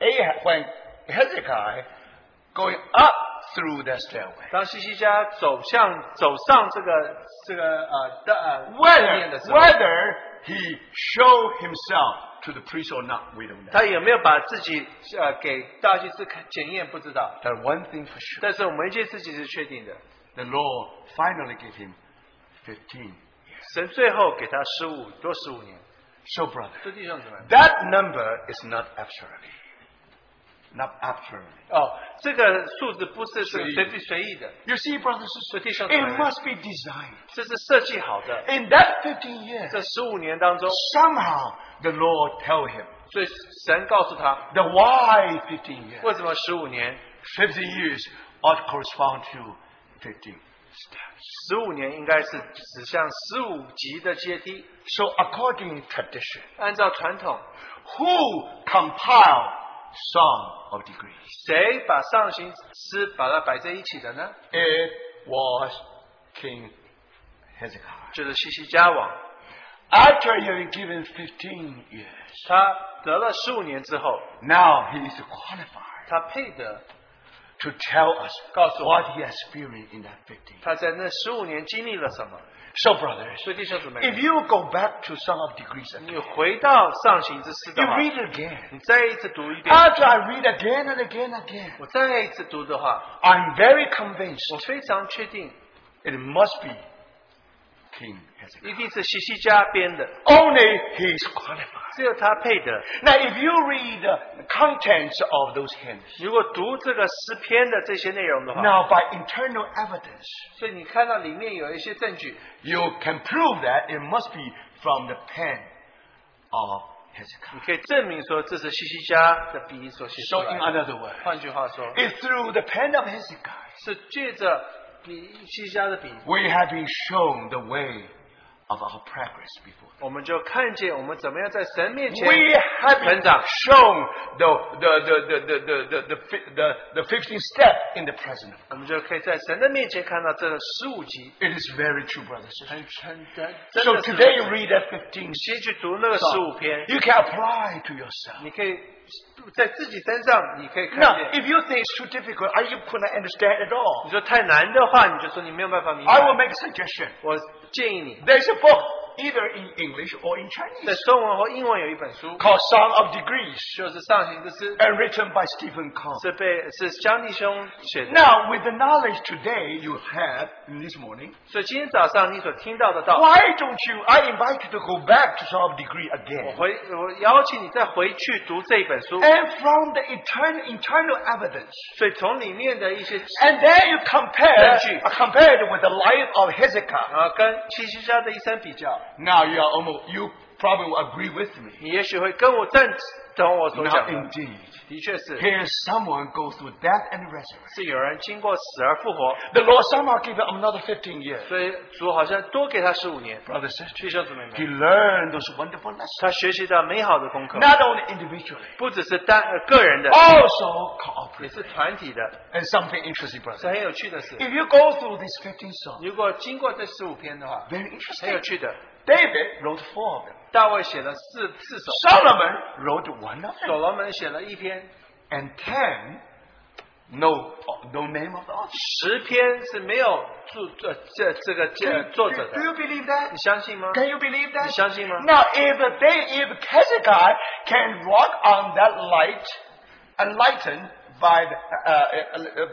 Speaker 4: Ahaz, when Hezekiah going up through the stairway,
Speaker 5: 当西西家走向走上这个这个呃的呃圣殿
Speaker 4: whether
Speaker 5: 的时候，
Speaker 4: whether he show himself to the priest or not, we don't know.
Speaker 5: 他有没有把自己呃给大祭司看检验不知道，
Speaker 4: But one thing for sure,
Speaker 5: 但是我们一件事情是确定的，
Speaker 4: the Lord finally gave him 15.
Speaker 5: 神最后给他十五多十五年，
Speaker 4: So, brother,
Speaker 5: 这弟兄姊妹
Speaker 4: that number is not arbitrary. Not arbitrarily.
Speaker 5: 哦，这个数字不
Speaker 4: 随
Speaker 5: 是随
Speaker 4: 意
Speaker 5: 随随意的，
Speaker 4: You see, brothers
Speaker 5: 这
Speaker 4: and
Speaker 5: 弟兄
Speaker 4: sisters,
Speaker 5: 姊
Speaker 4: it
Speaker 5: 妹
Speaker 4: must be designed.
Speaker 5: 这是设计好的，
Speaker 4: In that 15 years,
Speaker 5: 这十五年当中，
Speaker 4: somehow the Lord tell him,
Speaker 5: 所以神告诉他
Speaker 4: The why 15 years?
Speaker 5: 为什么十五年。
Speaker 4: 15 years ought correspond to 15 steps.
Speaker 5: 十五年应该是指向十五级的阶梯。
Speaker 4: So according tradition,
Speaker 5: 按照传统，
Speaker 4: who compiled Song of Degrees?
Speaker 5: 谁把上行诗把它摆在一起的呢？
Speaker 4: It was King Hezekiah.
Speaker 5: 就是西西家王。
Speaker 4: After he was given 15 years,
Speaker 5: 他得了十五年之后，
Speaker 4: now he is qualified
Speaker 5: 他配得
Speaker 4: to tell us
Speaker 5: 告诉我们。
Speaker 4: what he experienced in that 15.
Speaker 5: 他在那十五年经历了什么。
Speaker 4: So brothers,
Speaker 5: 所以弟兄姊妹，
Speaker 4: if you go back to Song of Degrees,
Speaker 5: 你回到上行之诗的
Speaker 4: you
Speaker 5: 话，
Speaker 4: read it again.
Speaker 5: 你再一次读一遍。
Speaker 4: After I read again and again and again,
Speaker 5: 我再一次读的话，
Speaker 4: I'm very convinced
Speaker 5: 我非常确定，
Speaker 4: it must be King
Speaker 5: 一
Speaker 4: Hezekiah.
Speaker 5: 定是西西家编的，
Speaker 4: Only he is qualified.
Speaker 5: 只有他配得。
Speaker 4: Now, if you read uh, the contents of those hymns,
Speaker 5: 如果读这个诗篇的这些内容的话，
Speaker 4: now by internal evidence,
Speaker 5: 所以你看到里面有一些证据，
Speaker 4: you can prove that it must be from the pen of
Speaker 5: 你
Speaker 4: Hezekiah.
Speaker 5: 可以证明说这是西西家的笔所写出
Speaker 4: So,
Speaker 5: 来
Speaker 4: in
Speaker 5: 的。
Speaker 4: other words,
Speaker 5: 换句话说，
Speaker 4: it's through the pen of Hezekiah
Speaker 5: 是借着笔西西家的笔，
Speaker 4: we have been shown the way of our progress before.
Speaker 5: 我们就看见我们怎么样在神面前
Speaker 4: We haven't
Speaker 5: 成长。
Speaker 4: shown the, the, the, the, the, the, the, fi- the, the 15th step in the present.
Speaker 5: 我们就可以在神的面前看到这十五集，
Speaker 4: It is very true, brothers and sisters.
Speaker 5: 很很很真
Speaker 4: So
Speaker 5: 的是
Speaker 4: today you read that 15th
Speaker 5: 先去读那十五篇，
Speaker 4: You can apply to yourself.
Speaker 5: 你可以在自己身上，你可以看
Speaker 4: Now,
Speaker 5: 见。
Speaker 4: if you think it's too difficult, are you going to understand at
Speaker 5: 你
Speaker 4: all?
Speaker 5: 说太难的话，你就说你没有办法明
Speaker 4: I will
Speaker 5: 白。
Speaker 4: make a suggestion.
Speaker 5: 我建议你
Speaker 4: There's a book, either in English or in
Speaker 5: 在
Speaker 4: Chinese,
Speaker 5: 中文或英文有一本书，
Speaker 4: called Song of Degrees,
Speaker 5: 就是《上行之诗》，
Speaker 4: and written by Stephen Kahn.
Speaker 5: 是被是江弟兄写的。
Speaker 4: Now, with the knowledge today you had this morning,
Speaker 5: 所以今天早上你所听到的道，
Speaker 4: why don't you? I invite you to go back to Song of Degree
Speaker 5: 我
Speaker 4: again.
Speaker 5: 回我邀请你再回去读这本书，
Speaker 4: And from the etern- internal evidence,
Speaker 5: 所以从里面的一些
Speaker 4: and then you compare,
Speaker 5: Thank you.
Speaker 4: uh, compare it with the life of Hezekiah.
Speaker 5: 啊跟七七家的一生比较，
Speaker 4: Now you are almost, you probably will agree with me.
Speaker 5: 你也许会跟我赞同我所
Speaker 4: Now,
Speaker 5: 讲的，
Speaker 4: indeed,
Speaker 5: 的确是
Speaker 4: here someone goes through death and resurrection.
Speaker 5: 是有人经过死而复活，
Speaker 4: The Lord somehow gave him another 15 years.
Speaker 5: 所以主好像多给他十五年，
Speaker 4: Brother, sister,
Speaker 5: 弟兄姊妹
Speaker 4: he
Speaker 5: 们，
Speaker 4: learned those wonderful lessons,
Speaker 5: 他学习到美好的功课，
Speaker 4: not only individually,
Speaker 5: 不只是单呃个人的，
Speaker 4: 哦 also
Speaker 5: 也
Speaker 4: cooperative.
Speaker 5: 是团体的，
Speaker 4: And something interesting,
Speaker 5: 是
Speaker 4: brother.
Speaker 5: 很有趣的事。
Speaker 4: If you go through these 15 songs,
Speaker 5: 如果经过这十五篇的话，
Speaker 4: very
Speaker 5: 很有
Speaker 4: interesting.
Speaker 5: 趣的。
Speaker 4: David wrote four of them.
Speaker 5: 大卫写了四四首，
Speaker 4: Solomon wrote one of
Speaker 5: 所
Speaker 4: them.
Speaker 5: 罗门写了一篇，
Speaker 4: And ten, no, no name of the author.
Speaker 5: 十篇是没有作这这这个这
Speaker 4: Do
Speaker 5: 作
Speaker 4: you,
Speaker 5: 者的
Speaker 4: do，you believe that?
Speaker 5: 你相信吗？
Speaker 4: Can you believe that?
Speaker 5: 你相信吗？
Speaker 4: Now, if they, if Hezekiah can walk on that light, enlightened by the, uh, uh,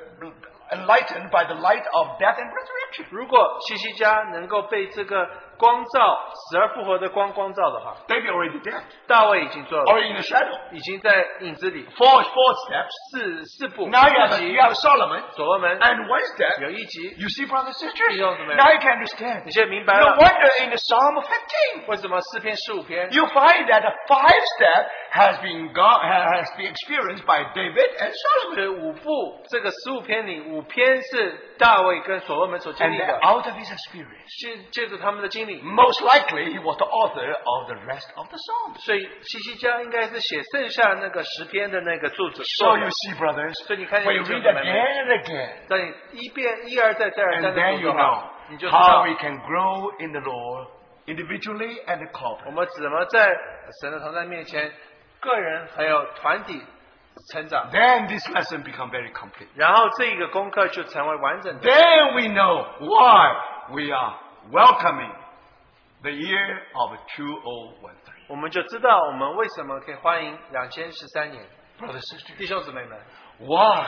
Speaker 4: enlightened by the light of death and resurrection,
Speaker 5: 如果西西家能够被这个光照死而复活的光光照的话，
Speaker 4: David already dead
Speaker 5: 大卫已经做了，
Speaker 4: or in the shadow.
Speaker 5: 已经在影子里
Speaker 4: 哦 Four, four steps.
Speaker 5: 四四步，
Speaker 4: Now you have, you
Speaker 5: 一集
Speaker 4: have Solomon,
Speaker 5: 所罗门
Speaker 4: and one
Speaker 5: 有
Speaker 4: step.
Speaker 5: 一集，
Speaker 4: You see, brothers and sisters.
Speaker 5: 弟兄姊妹，
Speaker 4: Now you can understand.
Speaker 5: 你现在明白
Speaker 4: No
Speaker 5: 了
Speaker 4: wonder in the Psalm 15.
Speaker 5: 为什么四篇十五篇，
Speaker 4: You find that a five step has been gone, has been experienced by David and Solomon.
Speaker 5: 对五部这个十五篇里五篇是大卫跟所罗门所经
Speaker 4: And
Speaker 5: 历
Speaker 4: then 嗯
Speaker 5: 的，
Speaker 4: out of his experience,
Speaker 5: 借借助他们的经历，
Speaker 4: most likely he was the author of the rest of the Psalms.
Speaker 5: 所以西西家应该是写剩下那个十篇的那个作者。
Speaker 4: So you see, brothers,
Speaker 5: 所以你看见
Speaker 4: when you
Speaker 5: 弟兄
Speaker 4: read
Speaker 5: 姊妹们，
Speaker 4: again and again,
Speaker 5: 当你一遍一而再再而
Speaker 4: and
Speaker 5: 三的
Speaker 4: then
Speaker 5: 读
Speaker 4: you
Speaker 5: 的
Speaker 4: know
Speaker 5: 话，你就知
Speaker 4: how
Speaker 5: 道
Speaker 4: we can grow in the Lord individually and
Speaker 5: 我
Speaker 4: corporately.
Speaker 5: 们怎么在神的同在面前，个人还有团体成长，
Speaker 4: Then this lesson become very complete.
Speaker 5: 然后这一个功课就成为完整的。
Speaker 4: Then we know why we are welcoming the year of 2013.
Speaker 5: 我们就知道我们为什么可以欢迎两千十三年，
Speaker 4: Brothers and sisters,
Speaker 5: 弟兄姊妹们，
Speaker 4: why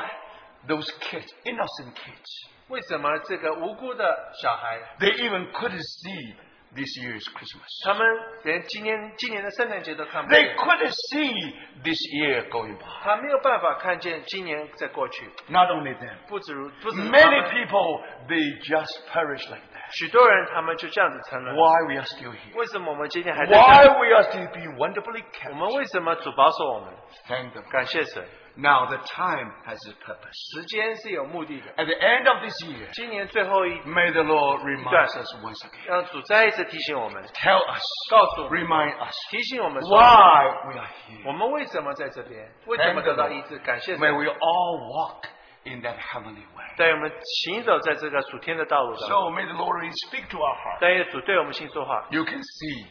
Speaker 4: those kids, innocent kids,
Speaker 5: 为什么这个无辜的小孩，
Speaker 4: they even couldn't see this year's Christmas.
Speaker 5: 他们连今年今年的圣诞节都看不
Speaker 4: They
Speaker 5: 见，
Speaker 4: couldn't see this year going by.
Speaker 5: 他没有办法看见今年在过去。
Speaker 4: Not only them.
Speaker 5: 不止如不止如他
Speaker 4: Many
Speaker 5: 们，
Speaker 4: people, they just perish like that.
Speaker 5: 许多人他们就这样子成了。
Speaker 4: Why we are still here.
Speaker 5: 为什么我们今天还在这
Speaker 4: Why
Speaker 5: 里？
Speaker 4: we are still being wonderfully
Speaker 5: 我
Speaker 4: kept.
Speaker 5: 们为什么主保守我们？
Speaker 4: Thank the Lord.
Speaker 5: 感谢神，
Speaker 4: Now the time has a purpose.
Speaker 5: 时间是有目的的。
Speaker 4: At the end of this year,
Speaker 5: 今年最后一，
Speaker 4: may the Lord remind
Speaker 5: Yes.
Speaker 4: us once again.
Speaker 5: 让主再一次提醒我们，
Speaker 4: Tell us.
Speaker 5: 告诉我们，
Speaker 4: Remind us
Speaker 5: 提醒我们说，
Speaker 4: why we are here.
Speaker 5: 我们为什么在这边？为什么得到医治？感谢
Speaker 4: May
Speaker 5: 神，
Speaker 4: we all walk in that heavenly way.
Speaker 5: 带我们行走在这个属天的道路上。
Speaker 4: So may the Lord really speak to our heart.
Speaker 5: 但愿主对我们心说话，
Speaker 4: You can see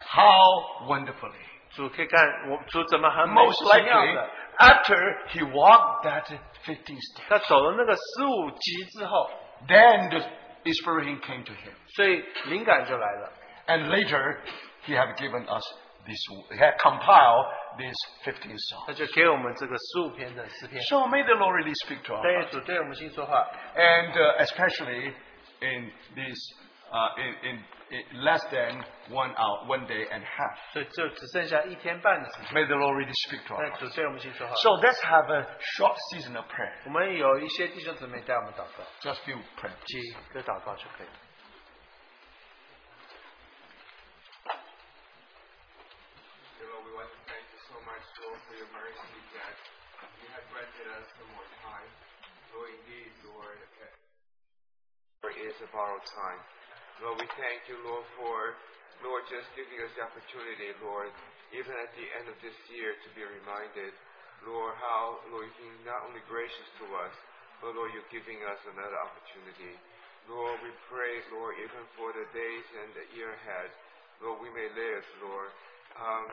Speaker 4: how wonderfully
Speaker 5: 主可以看我主怎么很美
Speaker 4: Most
Speaker 5: 奇妙
Speaker 4: likely,
Speaker 5: 的。
Speaker 4: after he walked that 15 steps,
Speaker 5: 他走了那个十五级之后，
Speaker 4: then the inspiration came to him.
Speaker 5: 所以灵感就来了。
Speaker 4: And later, he had given us this, he had compiled these 15 songs.
Speaker 5: 他就给我们这个十五篇的诗篇。
Speaker 4: So may the Lord really speak to us.
Speaker 5: 但愿主对我们心说话，
Speaker 4: And uh, especially in this, uh, in, in, in less than one hour, one day and a half.
Speaker 5: 所以就只剩下一天半的时间。
Speaker 4: May the Lord really speak to
Speaker 5: 但
Speaker 4: us.
Speaker 5: 主对我们心说话。
Speaker 4: So let's have a short season of prayer.
Speaker 5: 我们有一些弟兄姊妹带我们祷告，
Speaker 4: Just few prayer.
Speaker 5: 几个祷告就可以了。
Speaker 7: Dear Lord, we want to thank you so much, Lord, for your mercy that you have granted us some more time. Lord, indeed, Lord, it is a borrowed time. Lord, we thank you, Lord, for, Lord, just giving us the opportunity, Lord, even at the end of this year to be reminded, Lord, how, Lord, you're being not only gracious to us, but, Lord, you're giving us another opportunity. Lord, we pray, Lord, even for the days and the year ahead, Lord, we may live, Lord, um,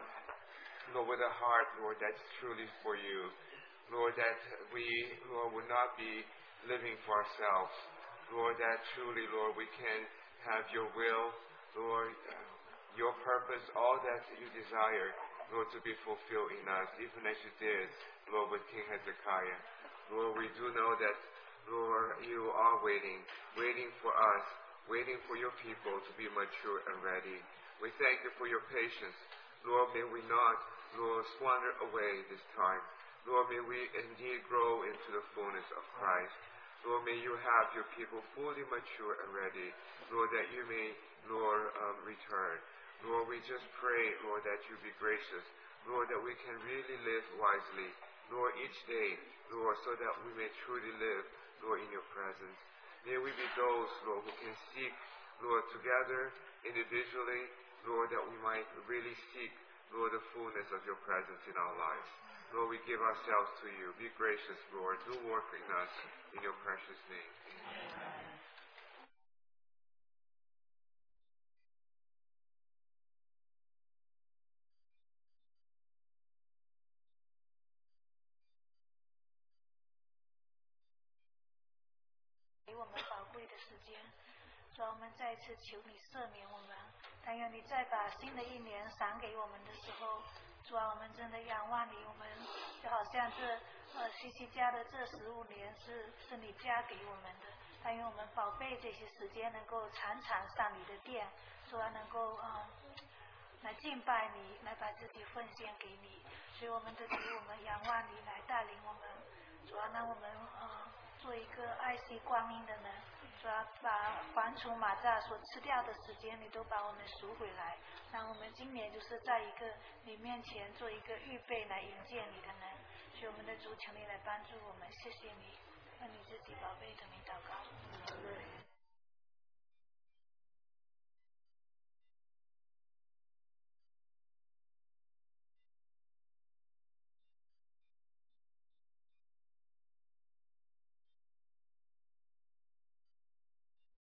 Speaker 7: Lord, with a heart, Lord, that's truly for you. Lord, that we, Lord, will not be living for ourselves. Lord, that truly, Lord, we can have your will, Lord, uh, your purpose, all that you desire, Lord, to be fulfilled in us, even as you did, Lord, with King Hezekiah. Lord, we do know that, Lord, you are waiting, waiting for us, waiting for your people to be mature and ready. We thank you for your patience. Lord, may we not, Lord, squander away this time. Lord, may we indeed grow into the fullness of Christ. Lord, may you have your people fully mature and ready. Lord, that you may, Lord, um, return. Lord, we just pray, Lord, that you be gracious. Lord, that we can really live wisely. Lord, each day, Lord, so that we may truly live, Lord, in your presence. May we be those, Lord, who can seek, Lord, together, individually, Lord, that we might really seek, Lord, the fullness of your presence in our lives. Lord, we give ourselves to you. Be gracious, Lord. Do work in us in your precious name.
Speaker 8: 给我们宝贵的时间，让我们再次求你赦免我们。但愿你再把新的一年赏给我们的时候，主啊，我们真的仰望你。我们就好像这呃西西家的这十五年是是你加给我们的。但愿我们宝贝这些时间能够常常上你的殿，主啊，能够呃来敬拜你，来把自己奉献给你。所以我们的主，我们仰望你来带领我们。主要让我们呃做一个爱惜光阴的人，主要把蝗虫、蚂蚱所吃掉的时间，你都把我们赎回来，让我们今年就是在一个你面前做一个预备来迎接你的人。所以我们的主，求你来帮助我们，谢谢你。